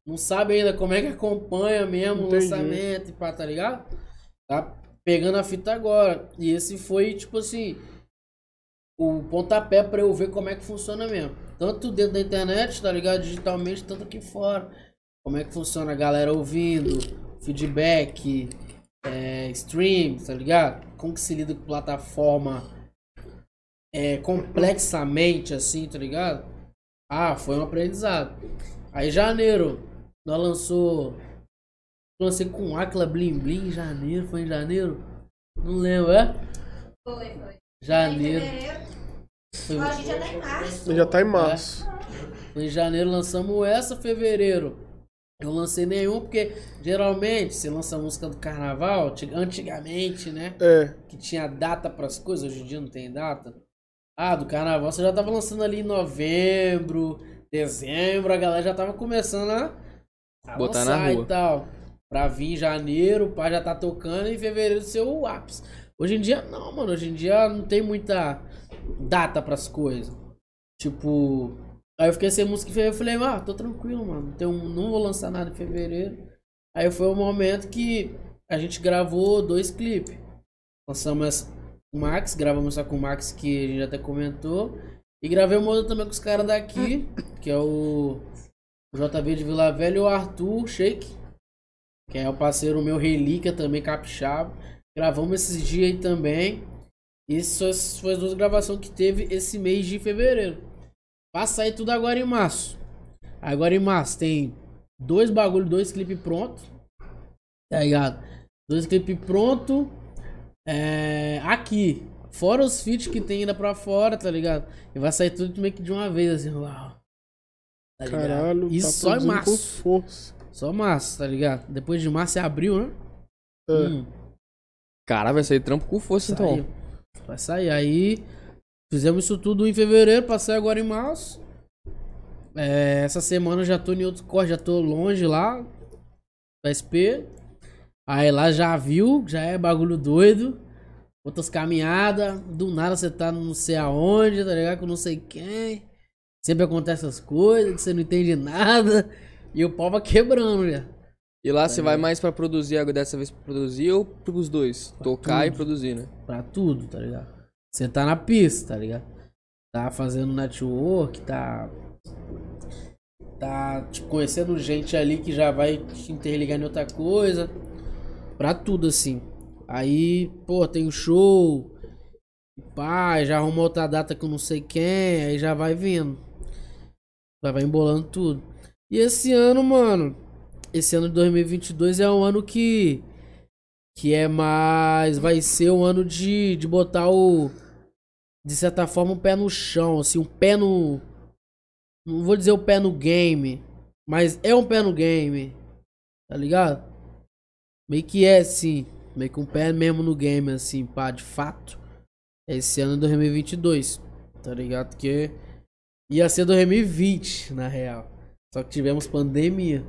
não sabem ainda como é que acompanha mesmo o Entendi. lançamento e pá, tá ligado? Tá pegando a fita agora. E esse foi, tipo assim, o pontapé pra eu ver como é que funciona mesmo. Tanto dentro da internet, tá ligado? Digitalmente, tanto aqui fora. Como é que funciona a galera ouvindo, feedback, é, stream, tá ligado? Como que se lida com plataforma é, complexamente, assim, tá ligado? Ah, foi um aprendizado. Aí janeiro, nós lançou. Lancei com Aquila Blim Blim em janeiro, foi em janeiro? Não lembro, é? Foi, foi. Janeiro. Em fevereiro. Foi, Ó, a gente já tá em março. Já É. tá em março. foi em janeiro, lançamos essa, fevereiro. Eu lancei nenhum, porque geralmente você lança a música do carnaval, anti- antigamente, né? É. que tinha data pras coisas, hoje em dia não tem data. Ah, do carnaval você já tava lançando ali em novembro, dezembro, a galera já tava começando a, a Botar lançar na rua. e tal. Pra vir em janeiro, o pai já tá tocando e em fevereiro ser o ápice. Hoje em dia não, mano, hoje em dia não tem muita data pras coisas. Tipo, aí eu fiquei sem música em fevereiro, eu falei, ah, tô tranquilo, mano, não tenho- não vou lançar nada em fevereiro. Aí foi o momento que a gente gravou dois clipes. Lançamos essa com o Max, gravamos essa com o Max que a gente até comentou. E gravei uma outra também com os caras daqui, que é o JB de Vila Velha e o Arthur Shake, que é o parceiro meu Relíquia também, capixaba. Gravamos esses dias aí também. Essas foram as duas gravações que teve esse mês de fevereiro. Vai sair tudo agora em março. Agora em março tem dois bagulho, dois clipes prontos. Tá ligado? Dois clipes prontos. É, aqui. Fora os feats que tem ainda pra fora, tá ligado? E vai sair tudo meio que de uma vez, assim, lá. ó. Tá ligado? Caralho, Isso tá só em produzindo março. com força. Só março, tá ligado? Depois de março é abril, né? É. Hum, Cara, vai sair trampo com força, saiu. então. Vai sair. Aí fizemos isso tudo em fevereiro, passei agora em março. É, essa semana eu já tô em outro corte, já tô longe lá. Da SP. Aí lá já viu, já é bagulho doido. Outras caminhadas, do nada você tá não sei aonde, tá ligado? Com não sei quem. Sempre acontece essas coisas, que você não entende nada. E o pau vai quebrando, já. E lá você vai mais pra produzir, agora dessa vez pra produzir ou pros dois? Tocar e tudo. produzir, né? pra tudo, tá ligado? Você tá na pista, tá ligado? Tá fazendo network, tá. Tá tipo, conhecendo gente ali que já vai te interligar em outra coisa. Pra tudo, assim. Aí, pô, tem um show. Pá, já arruma outra data com não sei quem. Aí já vai vindo. Já vai embolando tudo. E esse ano, mano. Esse ano de 2022 é um ano que. Que é mais. Vai ser um ano de, de botar o. De certa forma, um pé no chão, assim, um pé no. Não vou dizer o pé no game, mas é um pé no game, tá ligado? Meio que é, assim, meio que um pé mesmo no game, assim, pá, de fato. Esse ano é 2022, tá ligado? Que ia ser 2020, na real. Só que tivemos pandemia.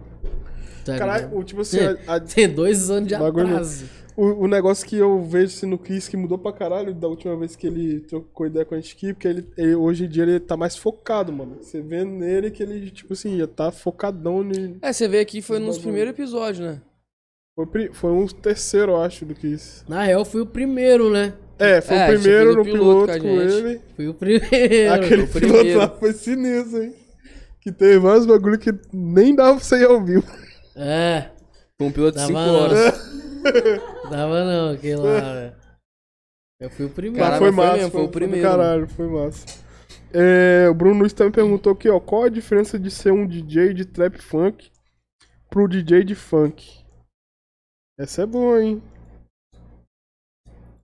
Tá Caralho, ligado? É. o- tipo assim, a- a- Tem dois anos de Bagulho- atraso. o, o negócio que eu vejo assim, no Chris que mudou pra caralho da última vez que ele trocou ideia com a gente aqui, porque ele, ele- hoje em dia ele tá mais focado, mano. Você vê nele que ele, tipo assim, já tá focadão. Ne... É, você veio aqui foi Esse nos bagulho. primeiros episódios, né? Foi, pri- foi um terceiro, eu acho, do Chris. Na real, fui o primeiro, né? É, foi É, o você primeiro fez o no piloto, piloto com a com gente. ele. Fui o primeiro. foi Aquele o primeiro. piloto lá foi sinistro, hein? Que teve vários bagulho que nem dava pra você ir ao vivo. É, Com um piloto de Tava 5 não. horas. dava não, aquele lá, velho. Eu fui o primeiro. Caralho, Mas foi mas foi massa, mesmo, foi foi, o foi do primeiro. caralho, foi massa. É, o Bruno Luiz também perguntou aqui, ó, qual a diferença de ser um DJ de trap funk pro DJ de funk? Essa é boa, hein?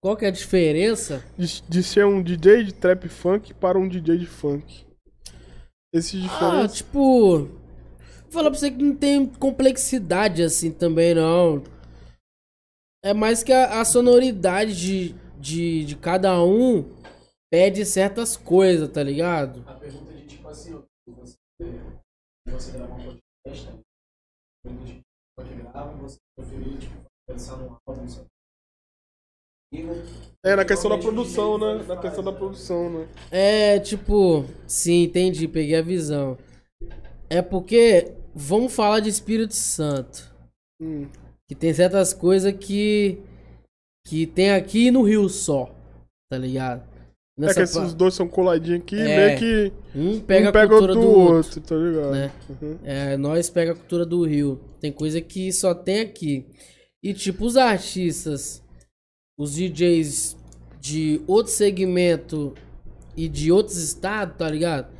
Qual que é a diferença? De, de ser um DJ de trap funk para um DJ de funk. Esse é Ah, diferença. tipo. Vou falar pra você que não tem complexidade assim também, não. É mais que a, a sonoridade de, de, de cada um pede certas coisas, tá ligado? A pergunta de tipo assim, ó, você, você gravar um podcast, né? playlist que você grava, você preferir, tipo, pensar num álbum, sabe? E, né, É, na questão da produção, né? Na questão da produção, né? É, tipo, sim, entendi, peguei a visão. É porque vamos falar de Espírito Santo, Hum. que tem certas coisas que que tem aqui no Rio só, tá ligado? É que Nessa esses pa- dois são coladinhos aqui, É. meio que um pega um pega a cultura do, outro, tá ligado? né? Uhum. É, nós pega a cultura do Rio. Tem coisa que só tem aqui. E tipo, os artistas, os DJs de outro segmento e de outros estados, tá ligado?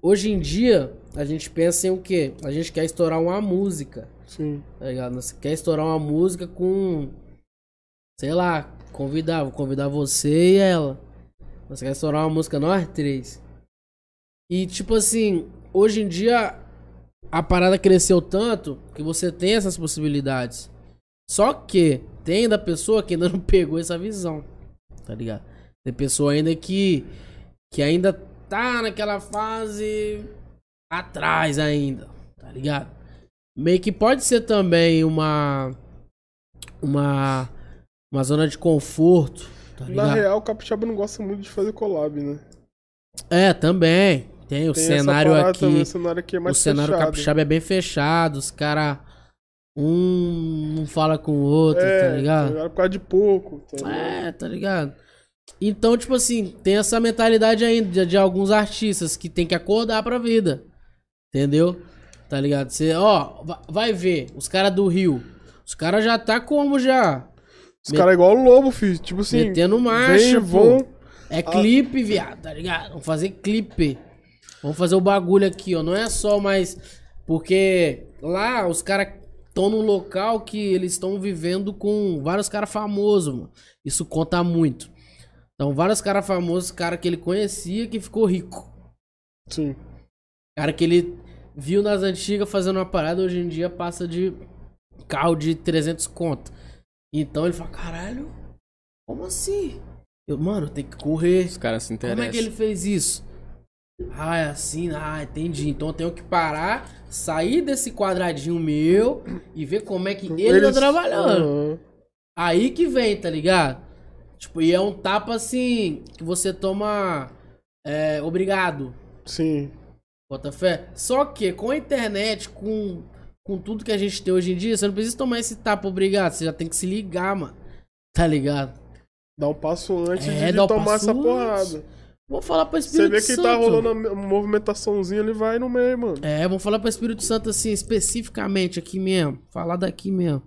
Hoje em dia, a gente pensa em o quê? A gente quer estourar uma música, Sim. tá ligado? Nós quer estourar uma música com. Sei lá, convidar, vou convidar você e ela. Nós quer estourar uma música, nós três. E tipo assim, hoje em dia a parada cresceu tanto que você tem essas possibilidades. Só que tem ainda pessoa que ainda não pegou essa visão, tá ligado? Tem pessoa ainda que que ainda tá naquela fase atrás ainda, tá ligado? Meio que pode ser também uma uma uma zona de conforto, tá Na ligado? real, o capixaba não gosta muito de fazer collab, né? É, também. Tem o Tem essa cenário parada aqui. também, o cenário aqui é o mais cenário fechado. capixaba é bem fechado, os caras. Um não fala com o outro, tá ligado? Por causa de pouco, tá É, ligado? É, tá ligado? Então, tipo assim, tem essa mentalidade ainda de, de alguns artistas que tem que acordar pra vida. Entendeu? Tá ligado? Você, ó, va- vai ver, os caras do Rio. Os caras já tá como já? Os caras é igual o lobo, filho. Tipo assim, Metendo vem, marcha, pô. vão. É clipe, viado, tá ligado? Vamos fazer clipe. Vamos fazer o bagulho aqui, ó. Não é só mais. Porque lá os caras estão num local que eles estão vivendo com vários caras famosos, mano. Isso conta muito. Então, vários caras famosos, cara que ele conhecia que ficou rico. Sim. Cara que ele viu nas antigas fazendo uma parada, hoje em dia passa de carro de 300 conto. Então ele fala: caralho, como assim? Eu, mano, tem que correr. Os caras se interessam. Como é que ele fez isso? Ah, é assim, ah, entendi. Então eu tenho que parar, sair desse quadradinho meu e ver como é que ele Eles- Ah. tá trabalhando. Aham. Aí que vem, tá ligado? Tipo, e é um tapa assim que você toma. É, obrigado, Sim. bota fé. Só que com a internet, com, com tudo que a gente tem hoje em dia, você não precisa tomar esse tapa obrigado. Você já tem que se ligar, mano. Tá ligado? Dá um passo antes É, de dá um tomar essa passo antes. porrada. Vou falar pra Você Espírito vê que tá Santo. rolando uma movimentaçãozinha, ele vai no meio, mano. É, vamos falar para Espírito Santo assim, especificamente aqui mesmo. Falar daqui mesmo.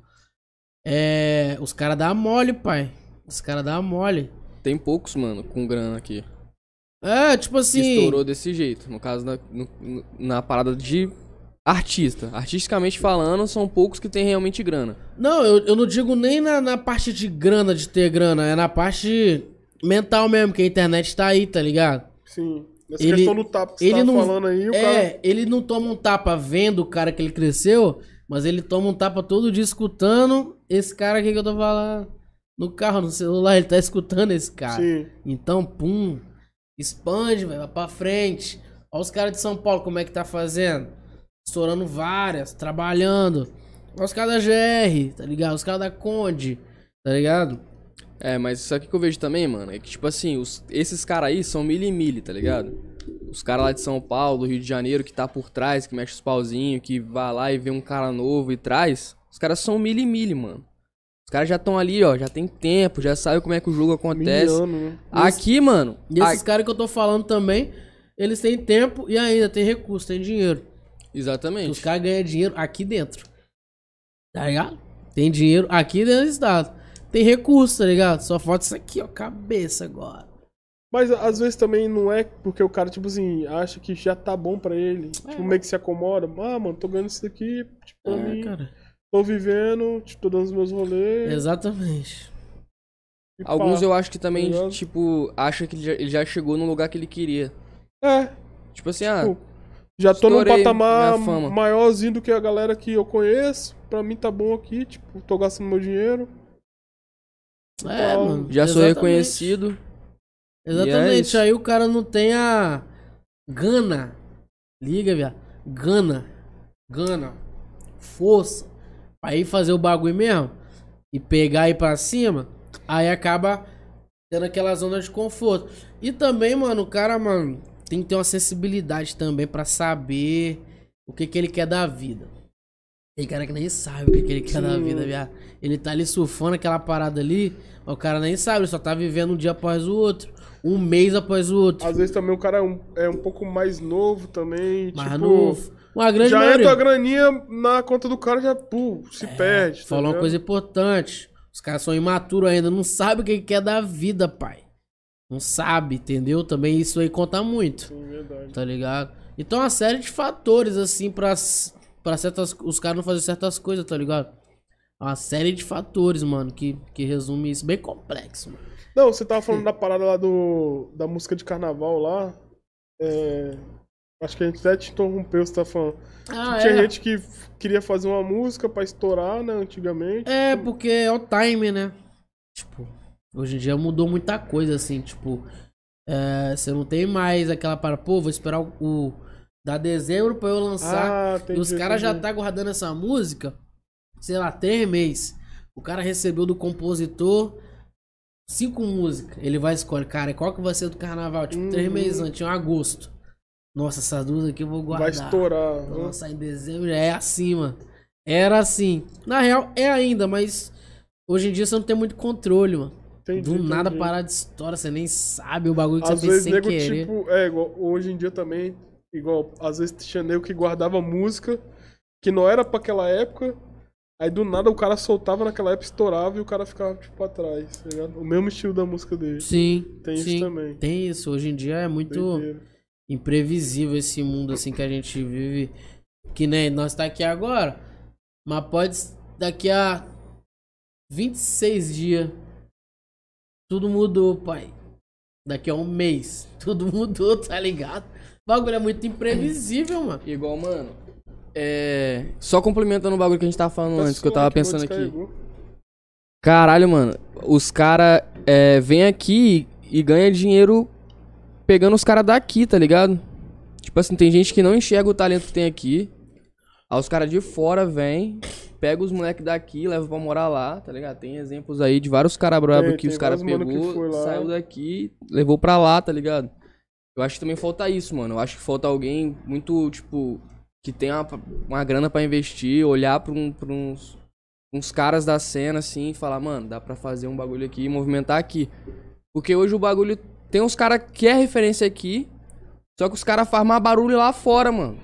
É. Os caras dá mole, pai. Os caras dá mole. Tem poucos, mano, com grana aqui. É, tipo Que assim. estourou desse jeito. No caso, na, no- no- na parada de artista. Artisticamente falando, são poucos que tem realmente grana. Não, eu, eu não digo nem na, na parte de grana, de ter grana. É na parte mental mesmo, que a internet tá aí, tá ligado? Sim. Essa Ele- questão do tapa que você ele tava não- falando aí, o é, cara. ele não toma um tapa vendo o cara que ele cresceu, mas ele toma um tapa todo dia escutando esse cara aqui que eu tô falando. No carro, no celular, ele tá escutando esse cara. Sim. Então, pum, expande, velho, vai pra frente. Olha os caras de São Paulo como é que tá fazendo. Estourando várias, trabalhando. Olha os caras da GR, tá ligado? Os caras da Conde, tá ligado? É, mas isso aqui que eu vejo também, mano, é que, tipo assim, os- esses caras aí são mil e mil, tá ligado? Os caras lá de São Paulo, Rio de Janeiro, que tá por trás, que mexe os pauzinhos, que vai lá e vê um cara novo e traz, os caras são mil e mil, mano. Os caras já estão ali, ó, já tem tempo, já sabe como é que o jogo acontece. Miliano, né? Aqui, mano, E esses caras que eu tô falando também, eles têm tempo e ainda tem recurso, tem dinheiro. a- Os exatamente. caras ganham dinheiro aqui dentro. Tá ligado? Tem dinheiro aqui dentro do estado. Tem recurso, tá ligado? Só falta isso aqui, ó, cabeça agora. Mas às vezes também não é porque o cara, tipo assim, acha que já tá bom pra ele. Tipo, meio que se acomoda. Ah, mano, tô ganhando isso daqui, tipo, pra mim. É, cara. Tô vivendo, tipo, tô dando os meus rolês. Exatamente. e pá. Alguns eu acho que também, Tá ligado? tipo, acha que ele já, ele já chegou no lugar que ele queria. É, Tipo assim, ah, Tipo, já tô num Estourei patamar minha fama. maiorzinho do que a galera que eu conheço. Pra mim tá bom aqui, tipo, tô gastando meu dinheiro. É, Então, mano. já sou Exatamente. reconhecido. E é Exatamente. isso. Aí o cara não tem a gana. Liga, viado. Gana. Gana. força pra ir fazer o bagulho mesmo e pegar e ir pra cima, aí acaba tendo aquela zona de conforto. E também, mano, o cara, mano, tem que ter uma sensibilidade também pra saber o que que ele quer da vida. Tem cara que nem sabe o que que ele quer da Sim, vida, mano. viado. Ele tá ali surfando aquela parada ali, mas o cara nem sabe, ele só tá vivendo um dia após o outro, um mês após o outro. Às vezes também o cara é um, é um pouco mais novo também. Mas tipo, não. Uma grande já é maioria. É, entra a graninha na conta do cara já pum, se perde. tá Falou uma ligado? coisa importante. Os caras são imaturos ainda, não sabem o que quer da vida, pai. Não sabe, entendeu? Também isso aí conta muito, Sim, verdade. tá ligado? Então uma série de fatores, assim, pra, s- pra certas, os caras não fazerem certas coisas, tá ligado? Uma série de fatores, mano, que, que resume isso. Bem complexo, mano. Não, você tava falando da parada lá do. da música de carnaval lá. É, acho que a gente até te interrompeu, você tá falando. Ah, Tinha é. gente que f- queria fazer uma música pra estourar, né, antigamente. É, porque é o time, né? Tipo, hoje em dia mudou muita coisa, assim, tipo, é, você não tem mais aquela para, pô, vou esperar o, o da dezembro pra eu lançar. Ah, e tem os caras já tá guardando essa música, sei lá, três meses. O cara recebeu do compositor cinco músicas. Ele vai escolher, cara, qual que vai ser do carnaval? Tipo, três Uhum. meses antes, em agosto. Nossa, essas duas aqui eu vou Vai guardar. estourar. Vou né? lançar em dezembro, já é assim, mano. Era assim. Na real, é ainda, mas hoje em dia você não tem muito controle, mano. Entendi, Do nada entendi. parar de história, você nem sabe o bagulho que Às você vezes fez sem nego, querer. tipo, é, igual, hoje em dia também, igual, às vezes tinha nego que guardava música que não era pra aquela época, aí do nada o cara soltava naquela época, estourava e o cara ficava, tipo, pra trás, tá ligado? O mesmo estilo da música dele. Sim, Tem sim. isso também. Tem isso. Hoje em dia é muito Doideira. imprevisível esse mundo assim que a gente vive. Que nem nós tá aqui agora, mas pode s- daqui a 26 dias tudo mudou, pai. Daqui a um mês tudo mudou, tá ligado? O bagulho é muito imprevisível, mano. Igual, mano. É. Só complementando o bagulho que a gente tava falando Tá antes, que eu tava suave, meu pensando aqui. descarregou. Caralho, mano. Os cara é, vem aqui e ganha dinheiro pegando os caras daqui, tá ligado? Tipo assim, tem gente que não enxerga o talento que tem aqui. Aí os caras de fora vêm, pega os moleques daqui, leva pra morar lá, tá ligado? Tem exemplos aí de vários caras brabo Tem, que os tem caras vários mano que foi pegou, lá. saiu daqui, levou pra lá, tá ligado? Eu acho que também falta isso, mano. Eu acho que falta alguém muito, tipo, que tenha uma, uma grana pra investir, olhar pra, um, pra uns, uns caras da cena, assim, e falar, mano, dá pra fazer um bagulho aqui e movimentar aqui. Porque hoje o bagulho tem uns caras que é referência aqui, só que os caras fazem mais barulho lá fora, mano.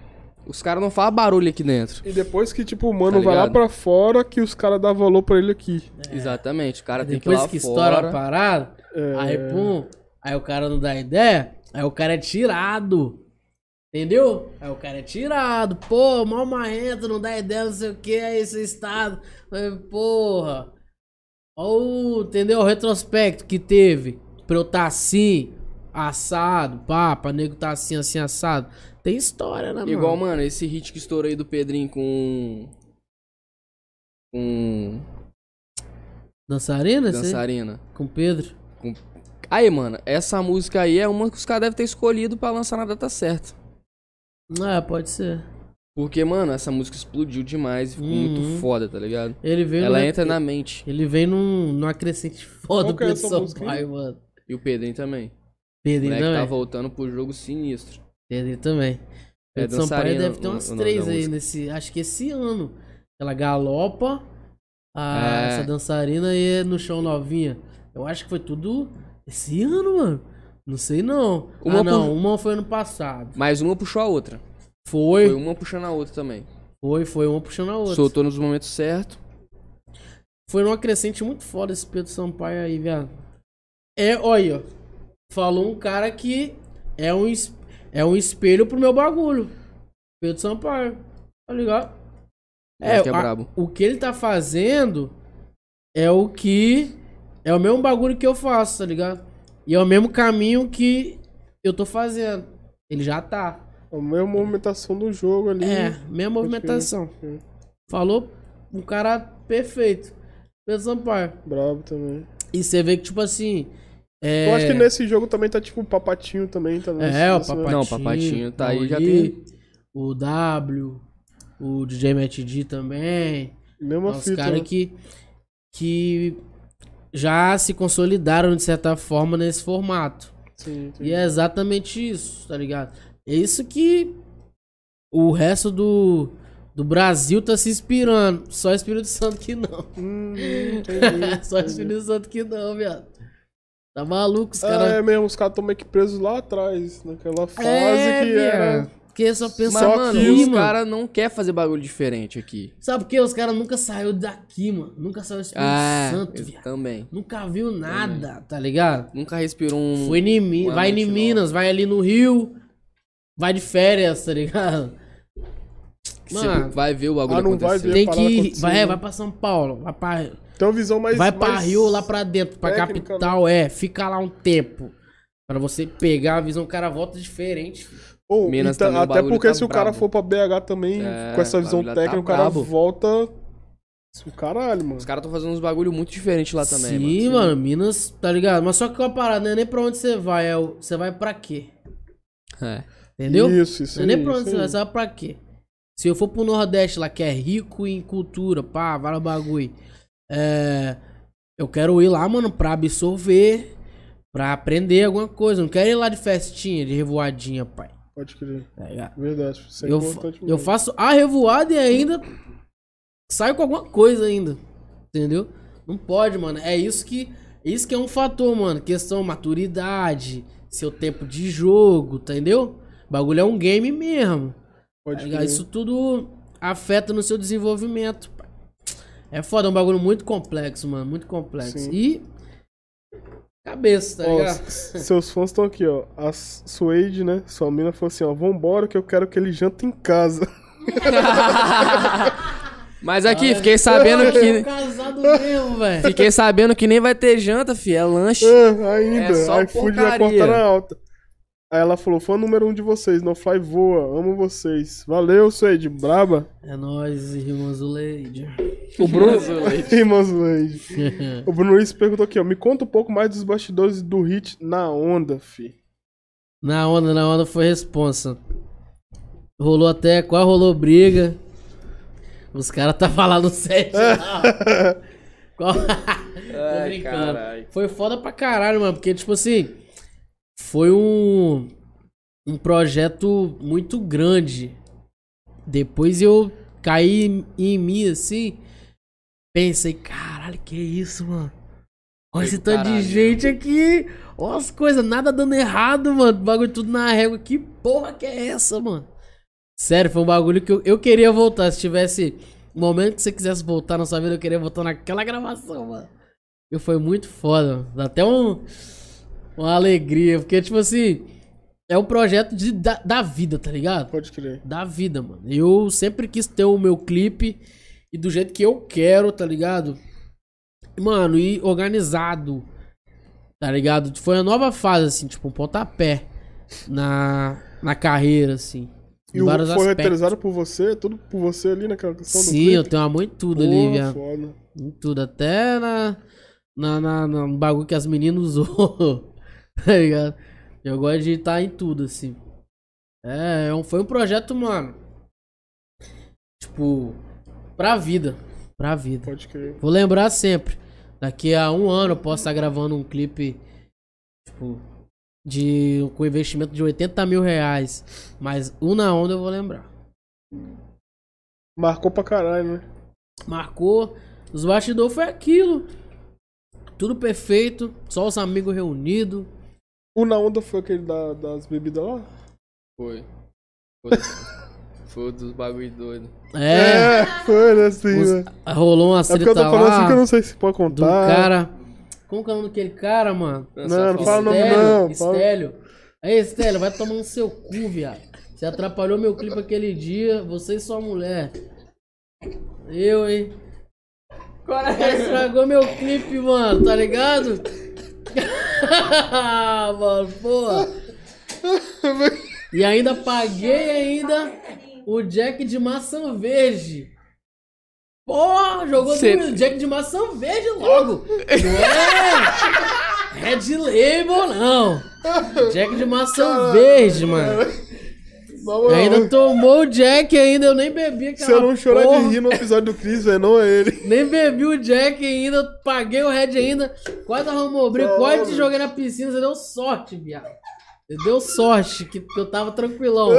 Os caras não fazem barulho aqui dentro. E depois que, tipo, o mano Tá vai lá ligado? pra fora, que os caras dão valor pra ele aqui. Exatamente, o cara tem que ir É. Depois lá que estoura a fora. parada, É. aí pum, aí o cara não dá ideia, aí o cara é tirado. Entendeu? Aí o cara é tirado. Pô, mal marrento, não dá ideia, não sei o que, aí esse estado. Aí, Porra. Ou, entendeu? O retrospecto que teve pra eu tá assim, assado, pá, pra nego tá assim, assim, assado. Tem história, né, mano? Igual, mano, esse hit que estourou aí do Pedrinho com. Com. Dançarina, você? Dançarina. Com Pedro. Aí, mano, essa música aí é uma que os caras devem ter escolhido pra lançar na data certa. Ah, pode ser. Porque, mano, essa música explodiu demais e ficou Uhum. muito foda, tá ligado? Ele veio Ela no- entra na mente. Ele vem num, numa crescente foda Qual que é pro essa música aí? Sampaio, mano. E o Pedrinho também. O Pedrinho moleque também. tá voltando pro jogo sinistro. Pedrinho também. É, Pedro Sampaio dançarina deve ter o- umas o nome três da aí música. nesse. Acho que esse ano. Ela galopa, a, É. essa dançarina e no chão novinha. Eu acho que foi tudo esse ano, mano. Não sei não. Uma ah, não, por- uma foi ano passado. Mas uma puxou a outra. Foi, Foi foi, uma puxando a outra também. foi, uma puxando a outra. Soltou nos momentos certos. Foi numa crescente muito foda esse Pedro Sampaio aí, viado. É, olha, falou um cara que é um, es- é um espelho pro meu bagulho. Pedro Sampaio, tá ligado? É, É, que é a- brabo. o que ele tá fazendo é o que. É o mesmo bagulho que eu faço, tá ligado? E é o mesmo caminho que eu tô fazendo. Ele já tá. A mesma movimentação do jogo ali. É, É, mesma movimentação. Falou um cara perfeito. Pedro Sampaio. Brabo também. E você vê que, tipo assim. É, Eu acho que nesse jogo também tá tipo o papatinho também, tá? É, o Nesse- Papatinho. Não, o Papatinho tá aí, já Pauli, O W. o DJ Matt D também. Mesma Os fita. caras né? que, que já se consolidaram de certa forma nesse formato. Sim, sim. E é exatamente isso, tá ligado? É isso que o resto do, do Brasil tá se inspirando. Só Espírito Santo que não. Hum, entendi. Só entendi. Espírito Santo que não, viado. Tá maluco, os Ah, caras. é mesmo, os caras estão meio que presos lá atrás, naquela fase que era. É, Porque só pensa, Mas, Só mano, mano, que ih, os mano. caras não querem fazer bagulho diferente aqui. Sabe por quê? Os caras nunca saiu daqui, mano. Nunca saiu do Espírito Ah, Santo, eu viado. também. Nunca viu nada, tá ligado? Nunca respirou um. Foi em Mi- Uma vai em noite Minas, vai ali no Rio, vai de férias, tá ligado? que você Mano, vai ver o bagulho Ah, não vai acontecendo. ver. tem parada que acontecendo, vai, né? vai pra São Paulo, vai pra, Tem uma visão mais. vai pra mais- Rio lá pra dentro, pra técnica, né? capital, é, fica lá um tempo. Pra você pegar a visão, o cara volta diferente. filho. Pô, Minas e tá- também, o até bagulho porque tá se o cara brabo. for pra BH também, É, com essa visão o bagulho lá tá técnica, o cara brabo. volta. O caralho, mano. Os caras estão fazendo uns bagulho muito diferente lá também, mano. Sim, mano, Minas, tá ligado? Mas só que uma parada, não é nem pra onde você vai, é o- você vai pra quê? É. Entendeu? Isso, isso. Não é nem aí, pra onde isso você aí. vai, você vai pra quê? Se eu for pro Nordeste lá, que é rico em cultura, pá, vários bagulho. É, eu quero ir lá, mano, pra absorver, pra aprender alguma coisa. Eu Não quero ir lá de festinha, de revoadinha, pai. Pode crer. Tá ligado? Verdade. Isso é eu, fa- importante eu mesmo. faço a revoada e ainda saio com alguma coisa ainda. Entendeu? Não pode, mano. É isso que. Isso que é um fator, mano. Questão maturidade, seu tempo de jogo, entendeu? Bagulho é um game mesmo. tá Pode ligado? crer. Isso tudo afeta no seu desenvolvimento. pai. É foda, é um bagulho muito complexo, mano. Muito complexo. Sim. E. Cabeça, tá Ó, ligado? s- seus fãs estão aqui, ó. A S- Suede, né? Sua mina falou assim, ó, vambora que eu quero que ele janta em casa. Mas aqui, fiquei sabendo Eu tô que. É um casado mesmo, velho. Fiquei sabendo que nem vai ter janta, fi. É lanche. Ah, ainda. É só iFood vai porcaria. cortar na alta. Aí ela falou, fã número um de vocês, no Fly voa, amo vocês. Valeu, Suede, braba. É nóis, irmãos do Leide. O Bruno. Irmã Suede. O Bruno Luiz perguntou aqui, ó, me conta um pouco mais dos bastidores do hit na onda, fi. Na onda, na onda foi responsa. Rolou até, quase rolou briga. Os caras estavam lá no set. Qual... Tô brincando. caralho. Foi foda pra caralho, mano. Porque, tipo assim, foi um, um projeto muito grande. Depois eu caí em- em mim, assim. Pensei, caralho, que isso, mano? Olha esse tanto caralho. de gente aqui. Olha as coisas, nada dando errado, mano. Bagulho tudo na régua. Que porra que é essa, mano? Sério, foi um bagulho que eu, eu queria voltar. Se tivesse. O momento que você quisesse voltar na sua vida, eu queria voltar naquela gravação, mano. E foi muito foda. mano. Dá até um. Uma alegria. Porque, tipo assim. É um projeto de, da, da vida, tá ligado? Pode crer. Da vida, mano. Eu sempre quis ter o meu clipe. E do jeito que eu quero, tá ligado? Mano, e organizado. Tá ligado? Foi a nova fase, assim, tipo, um pontapé. Na, na carreira, assim. E o, foi roteirizado por você? Tudo por você ali naquela questão do Sim, clipe? eu tenho amor em tudo ali, Porra, viado. foda. Em tudo, até na, na, na, na- no bagulho que as meninas usou, tá ligado? Eu gosto de estar em tudo, assim. É, é um- foi um projeto, mano. Tipo, pra vida. Pra vida. Pode crer. Vou lembrar sempre. Daqui a um ano eu posso estar gravando um clipe, tipo, de, com investimento de 80 mil reais. Mas um na onda eu vou lembrar. Marcou pra caralho, né? marcou. Os bastidores foi aquilo. Tudo perfeito, só os amigos reunidos. O Na Onda foi aquele da- das bebidas lá? Foi. Foi. Foi dos bagulho doido. É, foi né, assim, Os- né? rolou uma É porque eu treta tô falando assim que eu lá não sei se pode do contar. cara. Como que é o nome daquele cara, mano? Não, não fala o nome Estélio, não. Fala... Estélio. Aí, Estélio, vai tomar no seu cu, viado. Você atrapalhou meu clipe aquele dia, você e sua mulher. Eu, hein? Cara, estragou meu clipe, mano, tá ligado? Ah, mano, porra. E ainda paguei ainda o Jack de maçã verde. Porra, jogou Cê- no Jack de maçã verde logo. Não é Red Label, não. Jack de maçã verde, Na mano. moral, ainda tomou o Jack ainda, eu nem bebi aquela se eu não chorar porra. de rir no episódio do Chris, velho, não é ele. Nem bebi o Jack ainda, eu paguei o Red ainda, quase arrumou o brigo, Não, quase te meu. joguei na piscina, você deu sorte, viado. Você deu sorte, que que eu tava tranquilão.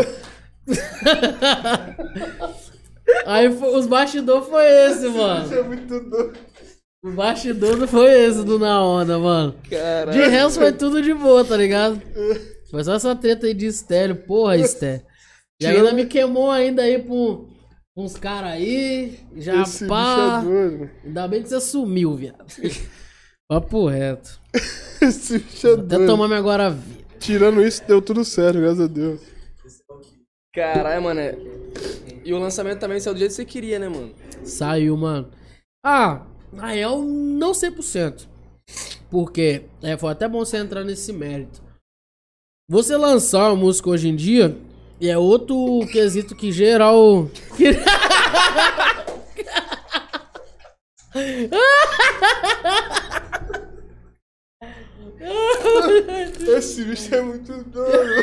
Aí fo- os bastidores foi esse, mano. é muito doido. O bastidor não foi esse do Na Onda, mano. De resto foi tudo de boa, tá ligado? Foi só essa treta aí de estéreo, porra, estéreo. E ainda me queimou ainda aí pra uns caras aí, já Esse pá. bicho é doido, mano. Ainda bem que você sumiu, viado. Papo reto. Esse bicho é Até doido. tomar minha guaravita. Tirando isso, deu tudo certo, graças a Deus. Caralho, mano. é- E o lançamento também saiu do jeito que você queria, né, mano? Saiu, mano. Ah, na real, não 100%. Porque é, foi até bom você entrar nesse mérito. Você lançar uma música hoje em dia e é outro quesito que geral. Esse bicho é muito doido.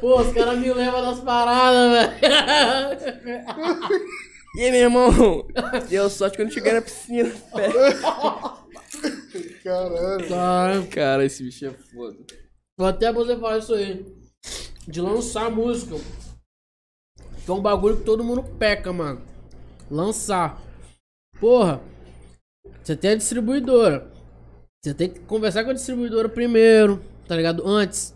Pô, os caras me levam das paradas, velho. E aí, meu irmão? Deu sorte quando cheguei na piscina. velho. Caralho. Caralho. Cara, esse bicho é foda. Vou até você falar isso aí. De lançar música. Que é um bagulho que todo mundo peca, mano. Lançar. Porra. Você tem a distribuidora. Você tem que conversar com a distribuidora primeiro, tá ligado? Antes.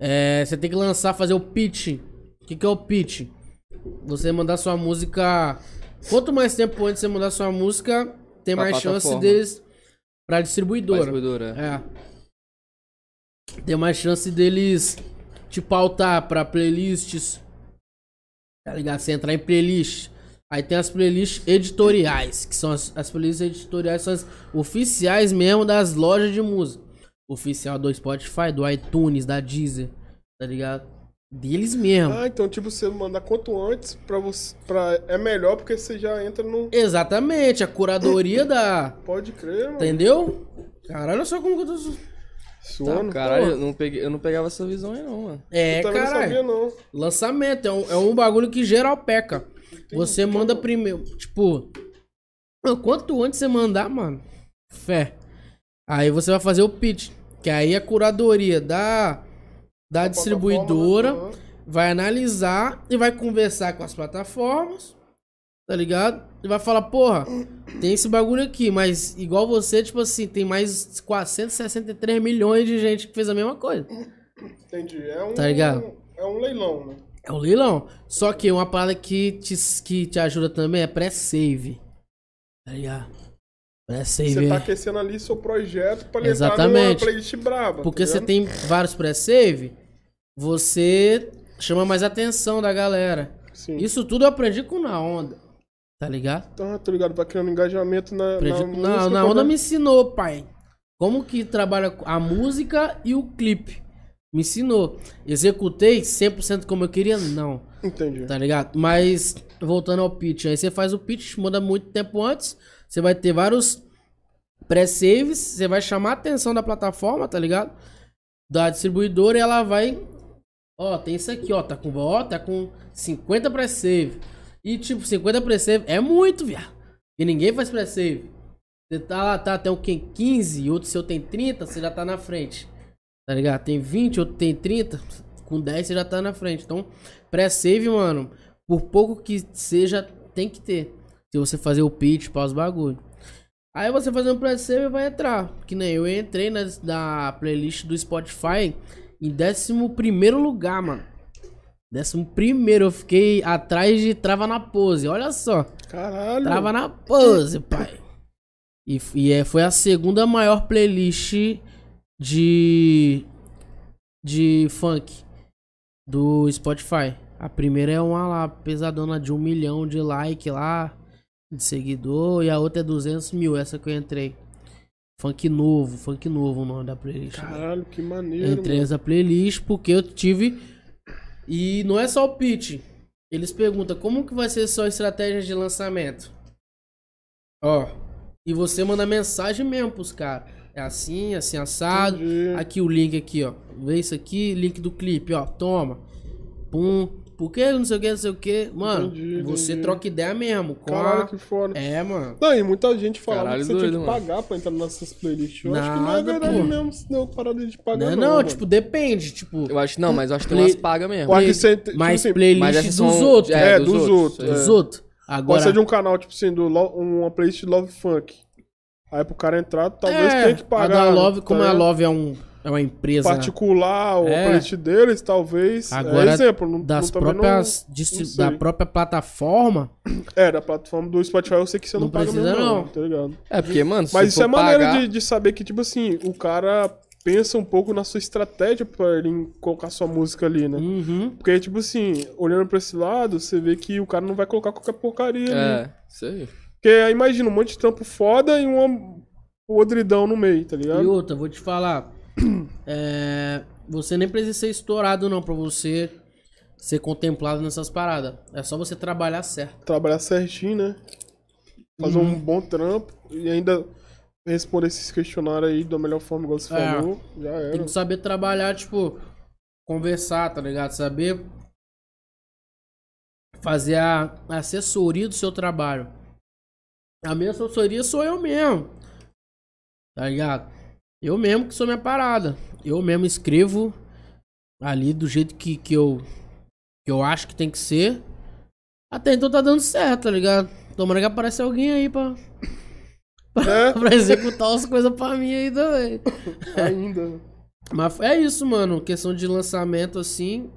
É, você tem que lançar, fazer o pitch. O que, que é o pitch? Você mandar sua música. Quanto mais tempo antes você mandar sua música, tem Pra mais chance plataforma. deles pra distribuidora. Distribuidora. É. Tem mais chance deles te pautar pra playlists. Tá ligado? Você entrar em playlist. Aí tem as playlists editoriais, que são as, as playlists editoriais, são as oficiais mesmo das lojas de música. Oficial do Spotify, do iTunes, da Deezer, tá ligado? Deles mesmo. Ah, então, tipo, você mandar quanto antes pra você. Pra... É melhor porque você já entra no. Exatamente, a curadoria da. Pode crer, mano. Entendeu? Caralho, olha só como que eu tô. Tá, Suando. Tá, Caralho, Pô, eu não, peguei- eu não pegava essa visão aí, não, mano. É, eu também não caralho. sabia, não. Lançamento, é um, é um bagulho que geral peca. Você manda primeiro, tipo, mano, quanto antes você mandar, mano, fé. Aí você vai fazer o pitch, que aí a curadoria da, da distribuidora Plataforma, né? vai analisar e vai conversar com as plataformas, tá ligado? E vai falar, porra, tem esse bagulho aqui, mas igual você, tipo assim, tem mais 463 milhões de gente que fez a mesma coisa. Entendi. É um. Tá ligado? É um leilão, né? É um leilão. Só que uma parada que te, que te ajuda também é pré-save. Tá ligado? Você Pré-save. tá é. aquecendo ali seu projeto pra ele entrar numa Exatamente. playlist braba. Porque tá você ligado? tem vários pré-save, você chama mais atenção da galera. Sim. Isso tudo eu aprendi com Na Onda. Tá ligado? Então, tá ligado? Vai criando engajamento na. na Aprendi com música na, na também. Onda me ensinou, pai. Como que trabalha a música e o clipe. Me ensinou. Executei 100% como eu queria? Não. Entendi. Tá ligado? Mas, voltando ao pitch, aí você faz o pitch, manda muito tempo antes, você vai ter vários pré-saves, você vai chamar a atenção da plataforma, tá ligado? Da distribuidora e ela vai. Ó, tem isso aqui, ó, tá com, ó, tá com 50 pré-save. E, tipo, 50 pré-save é muito, viado. E ninguém faz pré-save. Você tá lá, tá, tem um que tem 15, outro seu tem 30, você já tá na frente. Tá ligado? Tem 20, outro tem 30. Com 10 você já tá na frente. Então, pré-save, mano, por pouco que seja, tem que ter. Se você fazer o pitch para os bagulho. Aí você fazer um pré-save vai entrar. Que nem eu entrei na, na playlist do Spotify em 11 lugar, mano. 11, eu fiquei atrás de Trava na Pose. Olha só. Caralho. Trava na pose, pai. E, f- e é, foi a segunda maior playlist de. de funk do Spotify. A primeira é uma lá pesadona de um milhão de like lá, de seguidor, e a outra é 200 mil, essa que eu entrei. Funk novo, funk novo o nome da playlist. né? Caralho, que Eu maneiro. entrei mano. nessa playlist porque eu tive. E não é só o pitch. Eles perguntam como que vai ser sua estratégia de lançamento. Ó. E você manda mensagem mesmo pros caras. é assim, assim assado. Entendi. Aqui o link aqui, ó. Vê isso aqui, link do clipe, ó. Toma. Pum. Por que não sei o que, não sei o que. Mano, Entendi, você entendi. troca ideia mesmo. Com a- Caralho, que foda. É, mano. Não, e muita gente falava Caralho, que você doido, tinha que mano. pagar pra entrar nessas playlists. Eu acho que não é Nada, verdade pô. mesmo, se não parada de pagar. Não, Não, não, mano. tipo, depende. Tipo, Eu acho, não, mas eu acho que tem Play- umas pagas mesmo. Pode ser, tipo mais assim, Mas playlist essas dos são- um- outros. tá É, dos outros, isso aí. Dos outros. Agora, Pode ser de um canal, tipo assim, do lo- uma playlist de Love Funk. Aí pro cara entrar, talvez é, tenha que pagar. A da Love, como tá a ligado? Love é, um, é uma empresa Particular, ou É. a playlist deles, talvez. Agora, é exemplo, não, das não, também próprias, não distri- sei. da própria plataforma, Não, é, da plataforma do Spotify eu sei que você não, Não paga precisa, mesmo, não. tá ligado? É, porque, mano, se Mas isso for é maneira pagar- de, de saber que, tipo assim, o cara pensa um pouco na sua estratégia pra ele colocar sua música ali, né? uhum, Porque, tipo assim, olhando pra esse lado, você vê que o cara não vai colocar qualquer porcaria ali. É, isso aí. Porque aí imagina um monte de trampo foda e um podridão no meio, tá E ligado? outra, vou te falar. é, você nem precisa ser estourado, não, pra você ser contemplado nessas paradas. É só você trabalhar certo. Trabalhar certinho, né? Fazer um bom trampo e ainda responder esses questionários aí da melhor forma, igual você É. falou. Já Tem era. que saber trabalhar, tipo, conversar, tá ligado? Saber fazer a assessoria do seu trabalho. A minha assessoria sou eu mesmo. Tá ligado? Eu mesmo que sou minha parada. Eu mesmo escrevo ali do jeito que, que eu que eu acho que tem que ser. Até então tá dando certo, tá ligado? Tomara que apareça alguém aí pra, Né? pra executar as coisas pra mim aí também. É, Ainda. Mas é isso, mano. Questão de lançamento, assim.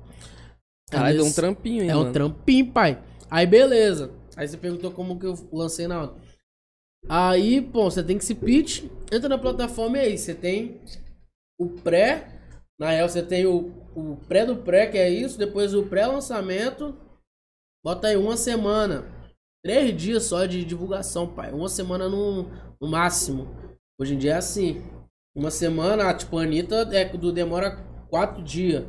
Caralho, às deu um vezes trampinho, hein, É mano. um trampinho, pai. Aí, beleza. Aí você perguntou como que eu lancei na hora. Aí, pô, você tem que se pitch. Entra na plataforma e aí. Você tem o pré. Na real, você tem o, o pré do pré, que é isso. Depois o pré-lançamento. Bota aí uma semana. Três dias só de divulgação, pai. Uma semana no, no máximo. Hoje em dia é assim. Uma semana, ah, tipo, a Anitta é, do- demora quatro dias.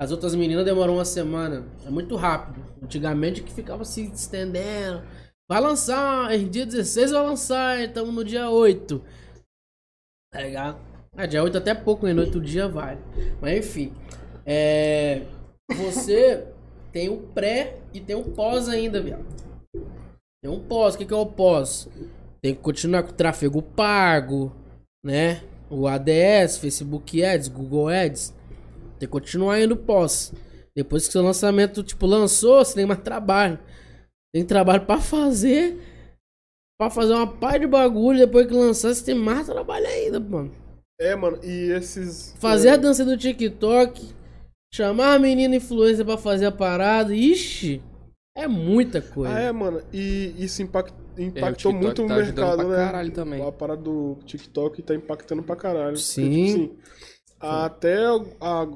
As outras meninas demoram uma semana. É muito rápido. Antigamente que ficava se estendendo. Vai lançar, em dia 16 vai lançar, estamos no dia 8. Tá ligado? Ah, dia 8 até pouco, né? No outro dia vai. Mas enfim. É... Você tem o pré e tem o pós ainda, viado. Tem um pós. O que, que é o pós? Tem que continuar com o tráfego pago, né? O ADS, Facebook Ads, Google Ads. Tem que continuar indo pós. Depois que seu lançamento, tipo, lançou, você tem mais trabalho. Tem trabalho pra fazer. Pra fazer uma pá de bagulho. Depois que lançar, você tem mais trabalho ainda, mano. É, mano, e esses. Fazer é, a dança do TikTok. Chamar a menina influencer pra fazer a parada. Ixi, é muita coisa. Ah, é, mano. E isso impact- impactou TikTok muito o tá ajudando mercado, pra né? caralho também. A parada do TikTok tá impactando pra caralho. Porque, Sim. tipo assim, até a-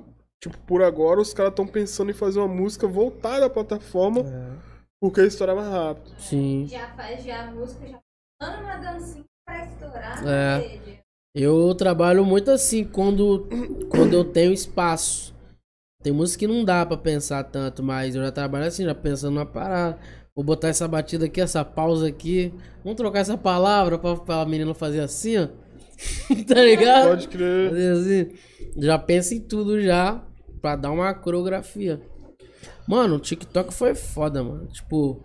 tipo, por agora os caras estão pensando em fazer uma música voltada à plataforma porque a história é mais rápido. Sim. Já faz já a música, já dando uma dancinha pra estourar. É. né, gente? Eu trabalho muito assim quando, quando eu tenho espaço. Tem música que não dá pra pensar tanto, mas eu já trabalho assim, já pensando numa parada. Vou botar essa batida aqui, essa pausa aqui. Vamos trocar essa palavra pra, pra menina fazer assim, ó. tá ligado? Pode crer. Fazer assim. Já pensa em tudo já pra dar uma coreografia. Mano, o TikTok foi foda, mano. Tipo,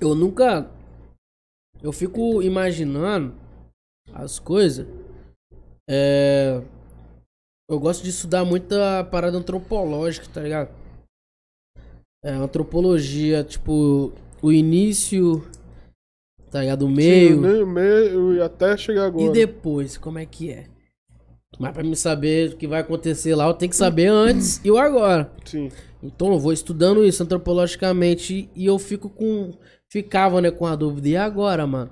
eu nunca eu fico imaginando as coisas. É, eu gosto de estudar muita parada antropológica, tá ligado? É, antropologia, tipo, o início, tá ligado? O meio. Meio, meio e até chegar agora. E depois, como é que é? Mas pra me saber o que vai acontecer lá, eu tenho que saber antes e o agora. Sim. Então eu vou estudando isso antropologicamente e eu fico com. Ficava, né, com a dúvida. E agora, mano?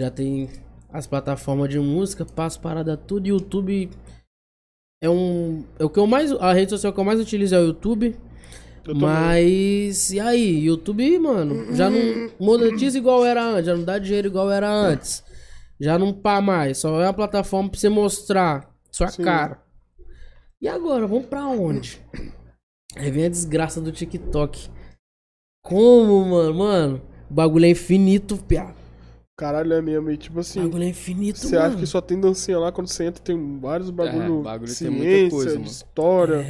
Já tem as plataformas de música, passo parada tudo. YouTube é um. É o que eu mais. A rede social que eu mais utilizo é o YouTube. Eu também. Mas e aí, YouTube, mano, já não monetiza igual era antes, já não dá dinheiro igual era antes. Já não pá mais, só é uma plataforma pra você mostrar sua Sim. cara. E agora, vamos pra onde? Aí vem a desgraça do TikTok. Como, mano? Mano, o bagulho é infinito, piá. Caralho, é mesmo. E tipo assim, Bagulho é infinito, você mano. acha que só tem dancinha lá quando você entra, tem vários bagulho, É, bagulho de tem muita ciência, coisa, de mano. história.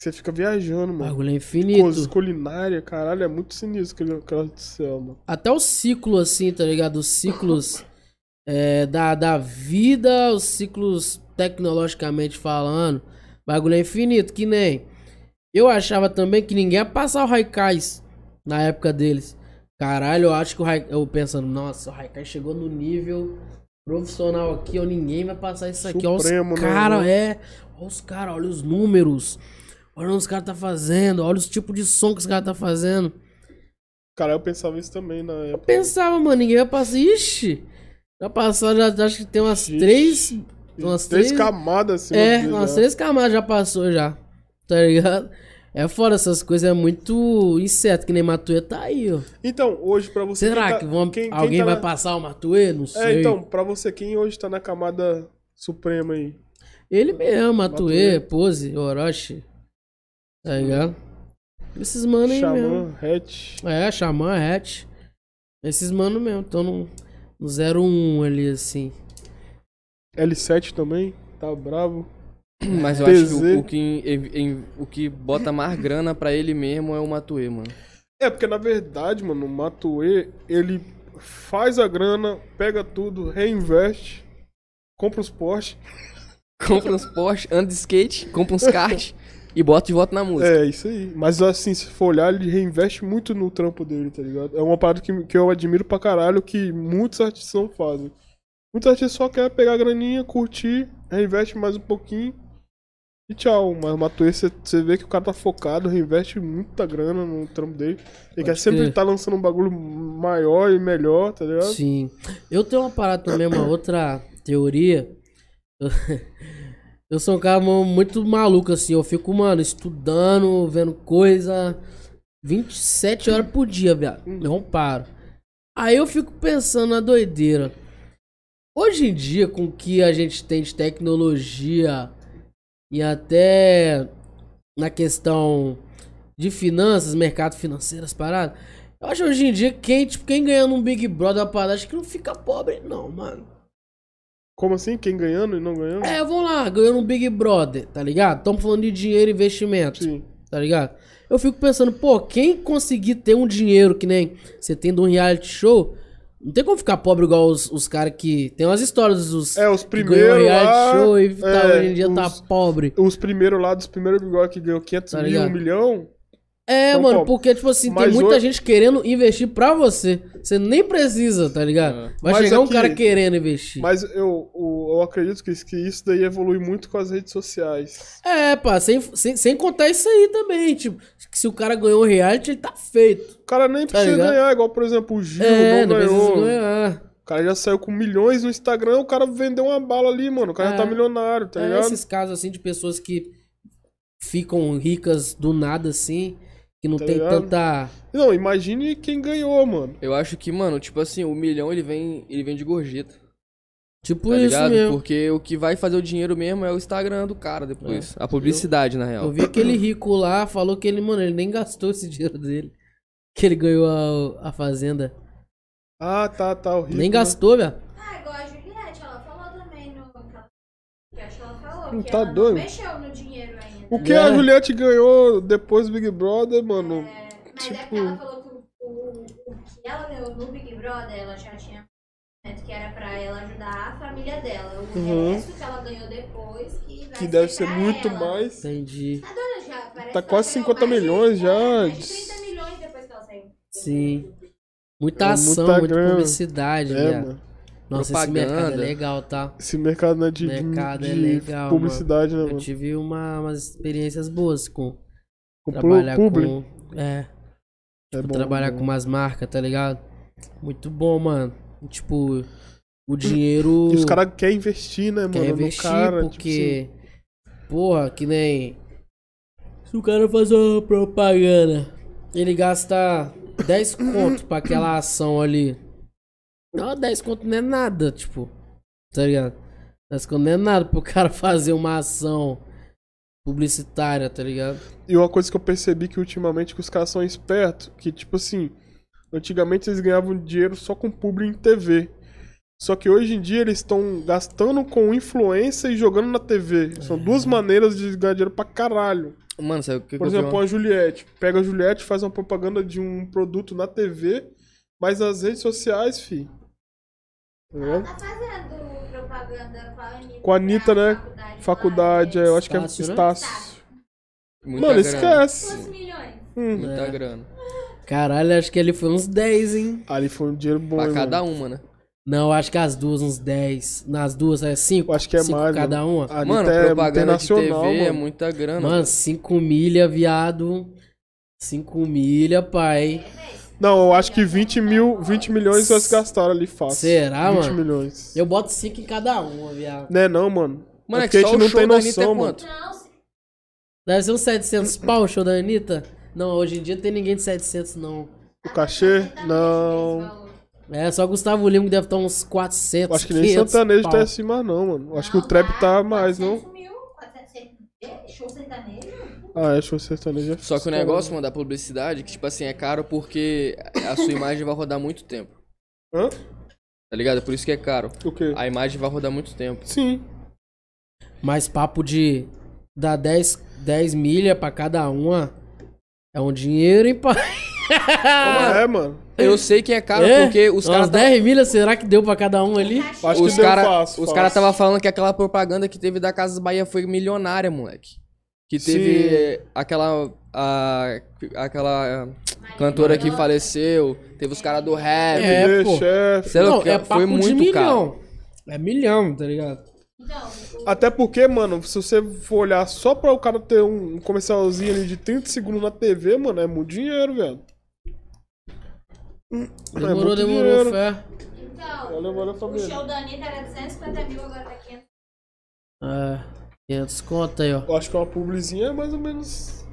Você fica viajando, mano. É. Bagulho é Coisas infinito. culinária, caralho, é muito sinistro aquele aquela do céu, mano. Até o ciclo, assim, tá ligado? Os ciclos é, da, da vida, os ciclos tecnologicamente falando. Bagulho é infinito, que nem. Eu achava também que ninguém ia passar o Haikais na época deles. Caralho, eu acho que o Haikais. Eu pensando, nossa, o Haikais chegou no nível profissional aqui, ó. Ninguém vai passar isso aqui. Supremo, olha os né, caras, mano? é. Olha os caras, olha os números. Olha os caras tá fazendo. Olha os tipos de som que os caras tá fazendo. Cara, eu pensava isso também na Eu época. pensava, mano, ninguém vai passar. Ixi! Já passaram, já, acho que tem umas Ixi. três. Umas Três três. camadas assim. é, umas três camadas já passou já. Tá ligado? É fora essas coisas, é muito inseto, que nem Matuê tá aí, ó. Então, hoje pra você. Será quem tá- que vão, quem- quem alguém tá vai na- passar o Matuê? Não sei. É, então, pra você, quem hoje tá na camada suprema aí? Ele mesmo, Matuê, Matuê. Pose, Orochi. Tá ligado? Esses mano aí mesmo. Xamã, Hatch. É, Xamã, Hatch. Esses mano mesmo, estão no, no 01 ali, assim. L7 também, tá bravo. Mas eu acho que TZ. o, o que, em- em- o que bota mais grana pra ele mesmo é o Matuê, mano. É, porque na verdade, mano, o Matuê, ele faz a grana, pega tudo, reinveste, compra os Porsche. Compra uns Porsche, anda de skate, compra uns kart e bota de volta na música. É, isso aí. Mas assim, se for olhar, ele reinveste muito no trampo dele, tá ligado? É uma parada que, que eu admiro pra caralho, que muitos artistas não fazem. Muitos artistas só querem pegar a graninha, curtir, reinveste mais um pouquinho e tchau. Mas o Matuê, você você vê que o cara tá focado, reinveste muita grana no trampo dele. Ele quer sempre crer. estar lançando um bagulho maior e melhor, tá ligado? Sim. Eu tenho uma parada também, uma outra teoria. Eu, eu sou um cara mu- muito maluco, assim. Eu fico, mano, estudando, vendo coisa 27 horas por dia, viado. Não paro. Aí eu fico pensando na doideira. Hoje em dia, com o que a gente tem de tecnologia e até na questão de finanças, mercado financeiro, as paradas. Eu acho que hoje em dia, quem, tipo, quem ganhando um Big Brother, uma parada, acho que não fica pobre, não, mano. Como assim? Quem ganhando e não ganhando? É, vamos lá, ganhando um Big Brother, tá ligado? Estamos falando de dinheiro e investimento, Sim. tá ligado? Eu fico pensando, pô, quem conseguir ter um dinheiro que nem você tendo um reality show, não tem como ficar pobre igual os, os caras que. Tem umas histórias dos. É, os que ganhou primeiros lá, reality show e tá, é, hoje em dia tá os- pobre. Os primeiros lá, dos primeiros bigode que ganhou 500 Tá mil, ligado? um milhão, É, Então, mano, pô, porque, tipo assim, tem mas muita hoje- gente querendo investir pra você. Você nem precisa, tá ligado? Vai É. Mas chegar um aqui- cara querendo investir. Mas eu, o- eu acredito que, isso- que isso daí evolui muito com as redes sociais. É, pá, sem, sem, sem contar isso aí também, tipo, que se o cara ganhou o reality, ele tá feito. O cara nem Tá precisa ligado? ganhar, igual, por exemplo, o Gil é, não, ganhou. precisa ganhar. O cara já saiu com milhões no Instagram, o cara vendeu uma bala ali, mano. O cara É. já tá milionário, tá É, ligado? esses casos assim de pessoas que ficam ricas do nada assim, que não Tá tem ligado? tanta. Não, imagine quem ganhou, mano. Eu acho que, mano, tipo assim, o milhão ele vem, ele vem de gorjeta. Tipo tá isso ligado? mesmo. Porque o que vai fazer o dinheiro mesmo é o Instagram do cara depois. A publicidade, na real. É. Eu vi aquele rico lá, falou que ele, mano, ele nem gastou esse dinheiro dele. Que ele ganhou a, a fazenda. Ah, tá, tá, o rico, nem né? gastou, velho. Ah, igual a Juliette, ela falou também no. que Acho que ela falou Não que tá ela doido? não mexeu no dinheiro ainda. O que É. a Juliette ganhou depois do Big Brother, mano? Mas é tipo- porque ela falou que o, o- o que ela ganhou no Big Brother, ela já tinha momento que era pra ela ajudar a família dela. O Uhum. resto que ela ganhou depois que vai que deve ser pra muito ela. mais. Entendi. A dona já parece Tá que quase ela ganhou 50 mais de- milhões já. é, Mais de 30 milhões depois que ela saiu. Sim. Muita É ação, muita muita, grana. publicidade, É, velho. mano. Nossa, esse mercado é Propaganda. legal, tá? Esse mercado, né, de, de- Mercado é de legal, É publicidade, né, Eu mano? tive uma, umas experiências boas com Com trabalhar publi. com. É, É bom, trabalhar bom. com umas marcas, tá ligado? Muito bom, mano. Tipo, o dinheiro. E os caras querem investir, né, mano? Tipo, quer no investir, cara, tipo assim. porque. porra, que nem. Se o cara faz uma propaganda, ele gasta 10 conto pra aquela ação ali. Não, 10 conto não é nada, tipo. Tá ligado? 10 conto não é nada pro cara fazer uma ação publicitária, tá ligado? E uma coisa que eu percebi que ultimamente que os caras são espertos, que tipo assim, Antigamente eles ganhavam dinheiro só com publi em TV. Só que hoje em dia eles estão gastando com influência e jogando na TV. São duas É. maneiras de ganhar dinheiro pra caralho. Tipo Mano, sabe o que, que Por eu vi assim, exemplo, ontem? a Juliette. Pega a Juliette, faz uma propaganda de um produto na TV, mas nas redes sociais, fi. Tá Ela ligado? tá fazendo propaganda com a Anitta. Com a Anitta, pra né? Faculdade. Faculdade, lá, eu acho que é Estácio, né? Estácio. Muita Mano, grana. Quantos esquece. milhões? Hum. Muita É. grana. Caralho, acho que ele foi uns 10, hein? Ali foi um dinheiro bom, Pra hein, cada mano. uma, né? Não, acho que as duas, uns 10. Nas duas é 5? Eu acho que é mais, cada mano. uma. A Anitta um. Mano, é propaganda de TV internacional, é mano. muita grana. Mano, 5 milha, viado. 5 milha, pai. Não, eu acho que 20 mil, 20 milhões elas gastaram ali fácil. Será, 20 mano? milhões. Eu boto 5 em cada uma, viado. Né, não, mano. Mano, É é que porque só a gente o não show tem da noção, Anitta é mano. quanto? Não, se- Deve ser uns 700 pau o show da Anitta? Não, hoje em dia não tem ninguém de 700, não. O cachê? Tá Não. nesse valor. É, só Gustavo Lima que deve estar uns 400, Acho que nem 500 sertanejo pau. tá assim mais não, mano. Acho que o Não, trap tá mais, não? 400 mil, 400 mil, show sertanejo? Ah, acho que o sertanejo é Só que o negócio, mano, da publicidade, que, tipo assim, é caro porque a sua imagem vai rodar muito tempo. Hã? Tá ligado? Por isso que é caro. O quê? A imagem vai rodar muito tempo. Sim. Mas papo de dar 10, 10 milha pra cada uma é um dinheiro, hein, pai? Ah. é, mano. Eu sei que é caro É? porque os Umas caras tá- 10 milha, será que deu pra cada um ali? Acho Os que deu cara, fácil, os fácil. caras tava falando que aquela propaganda que teve da Casas Bahia foi milionária, moleque. Que teve Sim. eh, aquela a- aquela eh, cantora que faleceu, teve os caras do rap. É, Cadê, pô. chefe? Sei lá o que, foi muito caro. É milhão, tá ligado? Então, o- Até porque, mano, se você for olhar só pra o cara ter um comercialzinho ali de 30 segundos na TV, mano, é muito dinheiro, velho. É Demorou, é muito demorou, dinheiro. fé. então, Olha, olha a o família. show da Anitta era 250 mil, agora tá 500 É, 500 conto aí, ó. Eu acho que uma publizinha é mais ou menos.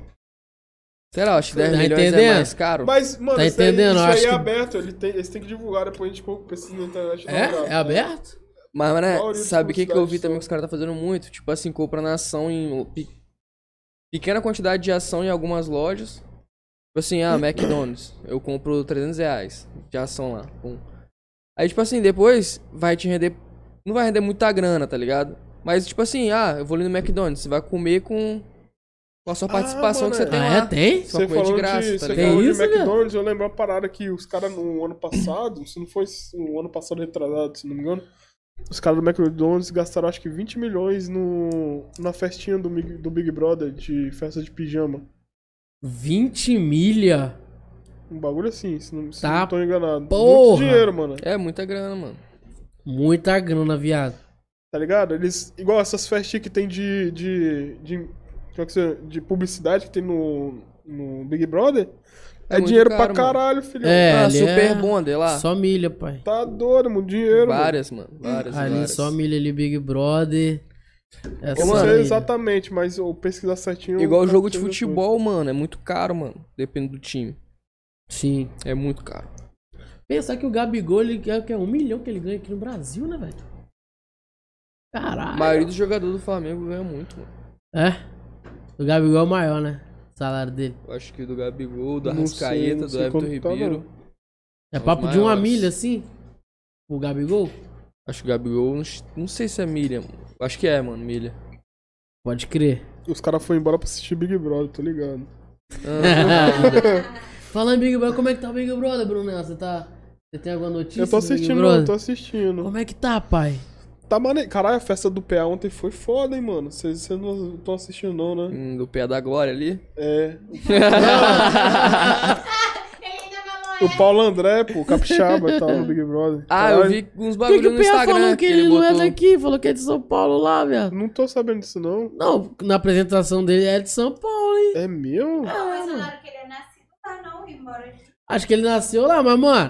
Será? Acho que 10 Tá milhões é entendendo? mais caro. Mas, mano, Tá isso daí- entendendo? isso Eu aí acho é que- aberto, ele tem, eles têm que divulgar, depois a gente pô, pesquisa na internet. e dá uma É? olhada. É aberto? Mas, mano, é, maioria dos sabe o que, que eu vi publicidades também são- que os caras tá fazendo muito? Tipo assim, comprando ação em pe- pequena quantidade de ação em algumas lojas. Tipo assim, ah, McDonald's, eu compro 300 reais de ação lá. pum. Aí, tipo assim, depois vai te render. Não vai render muita grana, tá ligado? Mas, tipo assim, ah, eu vou ali no McDonald's, você vai comer com, com a sua Ah, participação que você mano, tem ah, lá. é? Tem? Só Você comer de falou, graça, de, tá você ligado? falou de Isso, né? McDonald's, eu lembro uma parada que os caras no ano passado, se não foi o ano passado retrasado, se não me engano, os caras do McDonald's gastaram acho que 20 milhões no, na festinha do, Mig- do Big Brother, de festa de pijama. 20 milha? Um bagulho assim, se não, se Tá, não tô enganado. Muito porra! dinheiro, mano. É muita grana, mano. Muita grana, viado. Tá ligado? Eles. Igual essas festinhas que tem de. de. de, como é que se- de publicidade que tem no. no Big Brother. É É, muito dinheiro caro, pra mano. caralho, filho. É, ah, ali Super é Bonder lá. Só milha, pai. Tá doido, muito dinheiro, mano. várias, mano. Várias, ali várias. só milha ali, Big Brother. É Eu Ô, só não mano, sei milha. exatamente, mas eu pesquisar certinho. eu Igual o falo jogo pra de vocês futebol, mano. É muito caro, mano. Depende do time. Sim. É muito caro. Pensar que o Gabigol, ele quer, quer um milhão que ele ganha aqui no Brasil, né, velho? A Caralho. maioria dos jogadores do Flamengo ganha muito, mano. É? O Gabigol é o maior, né? O salário dele. Eu acho que do Gabigol, do Não sei, não Arrascaeta, do sei Everton quanto tá, Ribeiro. É Os papo de uma maiores. milha, assim? O Gabigol? acho que o Gabigol, não ch- não sei se é milha, mano. Acho que é, mano, milha. Pode crer. dois. Os caras foram embora pra assistir Big Brother, tô ligado. Fala em Big Brother, como é que tá o Big Brother, Bruno? Você tá. Você tem alguma notícia? eu tô do Big assistindo, Brother? eu tô assistindo. Como é que tá, pai? Tá maneiro. Caralho, a festa do PA ontem foi foda, hein, mano. Vocês vocês não estão assistindo, não, né? Hum, do pé da glória ali. É. Ele ainda falou O Paulo André, pô, capixaba e tal, no Big Brother. Ah, Caralho, eu vi uns O bagulho que, que o no PA Instagram. falou que ele, não botou... é daqui? Falou que é de São Paulo lá, velho. Não tô sabendo disso, não. Não, na apresentação dele é de São Paulo, hein? É meu? não, mas falaram que ele é nascido lá não, e mora aqui. Acho que ele nasceu lá, mas, mano.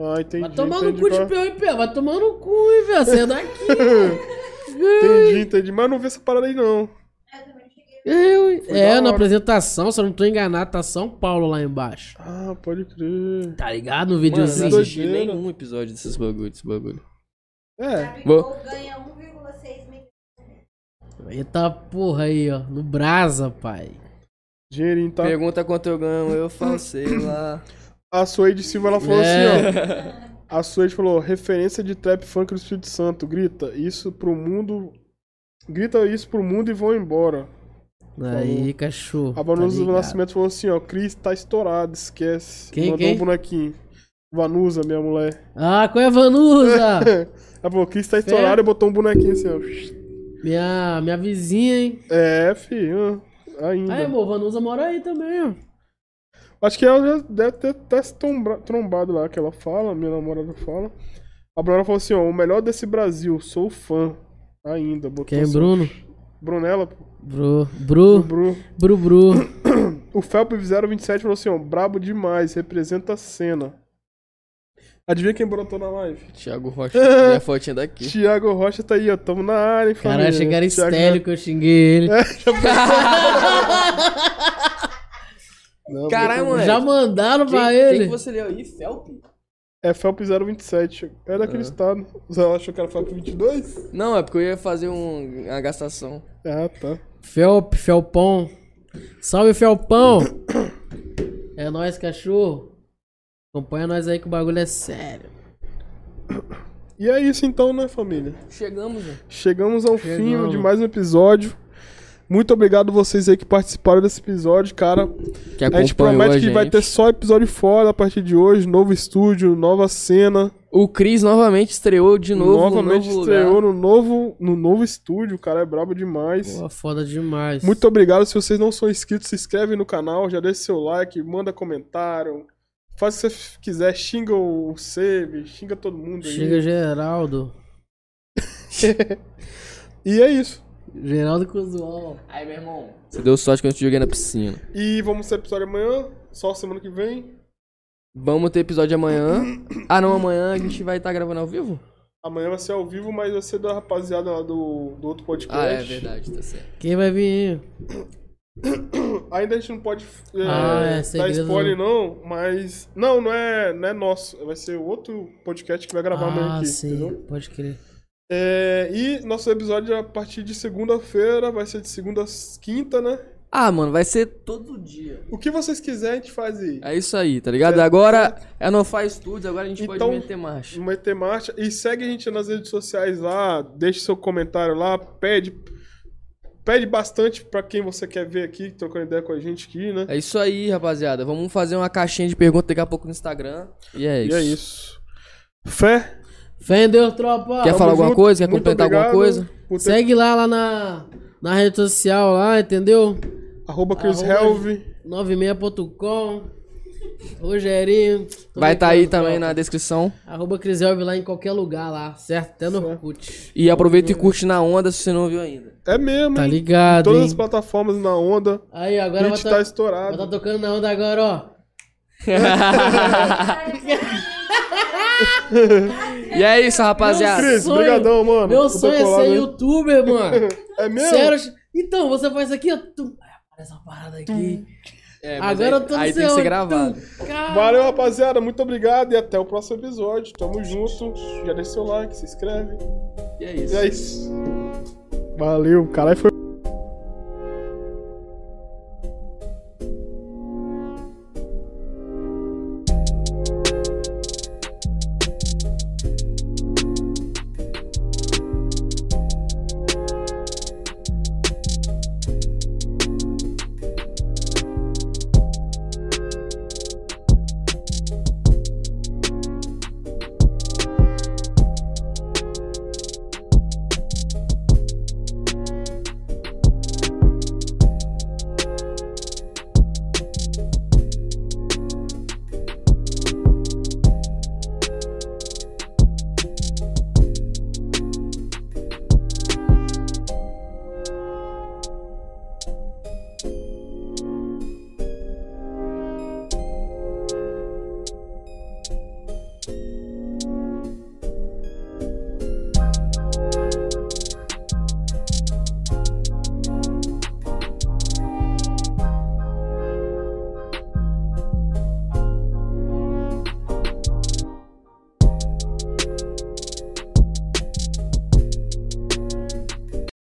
Ah, entendi. Vai tomar no entendi, cu de qual- é? PA e PA. Vai tomar no cu, hein, velho? Você é daqui, velho. Entendi, entendi. Mas não vi essa parada aí, não. Eu né, também cheguei. Eu, Foi da é, hora. na apresentação, se eu não tô enganado, tá São Paulo lá embaixo. Ah, pode crer. Tá ligado? No Mano, eu videozinho. não assisti Doideira. nenhum episódio desses bagulho, desse bagulho. É. Gabigol ganha 1,6 milhões. Eita porra aí, ó. No Brasa, pai. Dinheirinho, tá? Pergunta quanto eu ganho, eu falo, sei lá. a Suede Silva ela falou É. assim, ó. A Suede falou, referência de trap funk do Espírito Santo, grita isso pro mundo. Grita isso pro mundo e vão embora. Aí, cachorro. A tá Vanusa do ligado. Nascimento falou assim, ó, Cris tá estourado, esquece. Quem, Mandou quem? um bonequinho. Vanusa, minha mulher. Ah, qual é a Vanusa? Ela falou, Cris tá Certo. estourado e botou um bonequinho assim, ó. minha, minha vizinha, hein? É, fi, hã, ainda. Aí, amor, Vanusa mora aí também, ó. Acho que ela já deve ter até se tombra- trombado lá, que ela fala, minha namorada fala. A Bruna falou assim, ó, o melhor desse Brasil, sou fã. Ainda, botou Quem é assim. Bruno? Brunella, pô. Bru, Bru, Bru. Bru, Bru. O Felp027 falou assim, ó, brabo demais, representa a cena. Adivinha quem brotou na live? Thiago Rocha, tem a fotinha daqui. Tiago Rocha tá aí, ó, tamo na área, hein, Caralho, achei que era Thiago- É. estélio que eu xinguei ele. Não, Caralho, mano. Já mandaram pra ele. você leu aí? Felp? É Felp027, é Ah. daquele estado. Você achou que era Felp22? Não, é porque eu ia fazer um- uma gastação. Ah, tá. Felp, Felpão. Salve, Felpão. É nóis, cachorro. Acompanha nós aí que o bagulho é sério. E é isso então, né, família? Chegamos, né? Chegamos ao fim Chegamos. de mais um episódio. Muito obrigado vocês aí que participaram desse episódio, cara. Que A gente acompanhou promete a que gente. vai ter só episódio fora a partir de hoje, novo estúdio, nova cena. O Cris novamente estreou de novo Novamente no novo estreou lugar. no novo no novo estúdio, o cara é brabo demais. Pô, foda demais. Muito obrigado. Se vocês não são inscritos, se inscreve no canal, já deixa seu like, manda comentário. Faz o que você quiser, xinga o Sebe, xinga todo mundo aí. Chega Geraldo. E é isso. Geraldo Cruzual. Aí, meu irmão. Você deu sorte quando eu te joguei na piscina. E vamos ter episódio amanhã, só semana que vem. Vamos ter episódio amanhã. Ah, não, amanhã a gente vai estar gravando ao vivo? Amanhã vai ser ao vivo, mas vai ser da rapaziada lá do, do outro podcast. Ah, é verdade, tá certo. Quem vai vir? Ainda a gente não pode é, Ah, é, dar segredo. spoiler, não, mas. Não, não é, não é nosso. Vai ser outro podcast que vai gravar amanhã Ah, aqui, sim. entendeu? Pode crer. É, e nosso episódio a partir de segunda-feira, vai ser de segunda a quinta, né? Ah, mano, vai ser todo dia. O que vocês quiserem, a gente faz aí. É isso aí, tá ligado? Agora é não faz tudo, agora a gente Então- pode meter marcha. Vai ter marcha. E segue a gente nas redes sociais lá, deixa seu comentário lá, pede. Pede bastante pra quem você quer ver aqui, trocando ideia com a gente aqui, né? É isso aí, rapaziada. Vamos fazer uma caixinha de perguntas daqui a pouco no Instagram. E é E isso. é isso. Fé. Fé em Deus, tropa. Quer falar alguma coisa? Quer Muito completar alguma obrigado coisa? por ter- Segue lá, lá na, na rede social, lá, entendeu? Arroba Chris Arroba- Helve. 96.com. Rogerinho. Tô Vai Então, tá aí brincando, também tropa. na descrição. Arroba Criselve lá em qualquer lugar lá, certo? Até no Orkut. E aproveita e curte na onda se você não viu ainda. É mesmo, Tá hein? ligado, Todas hein? as plataformas na onda. Aí, A agora vai gente tá tá, vai estourado. Ah, tá tocando na onda agora, ó. E é isso, rapaziada. Meu Cris, sonho. brigadão, mano. Meu por ter sonho é colado ser aí. youtuber, mano. É mesmo? Sério? Então, você faz isso aqui, ó. Tum, Ai, aparece uma parada aqui. É, mas Agora aí, eu tô no Aí tem que céu, ser tum, gravado. cara. Valeu, rapaziada. Muito obrigado e até o próximo episódio. Tamo junto. Já deixa seu like, se inscreve. E é isso. E é isso. Valeu. Caralho, foi...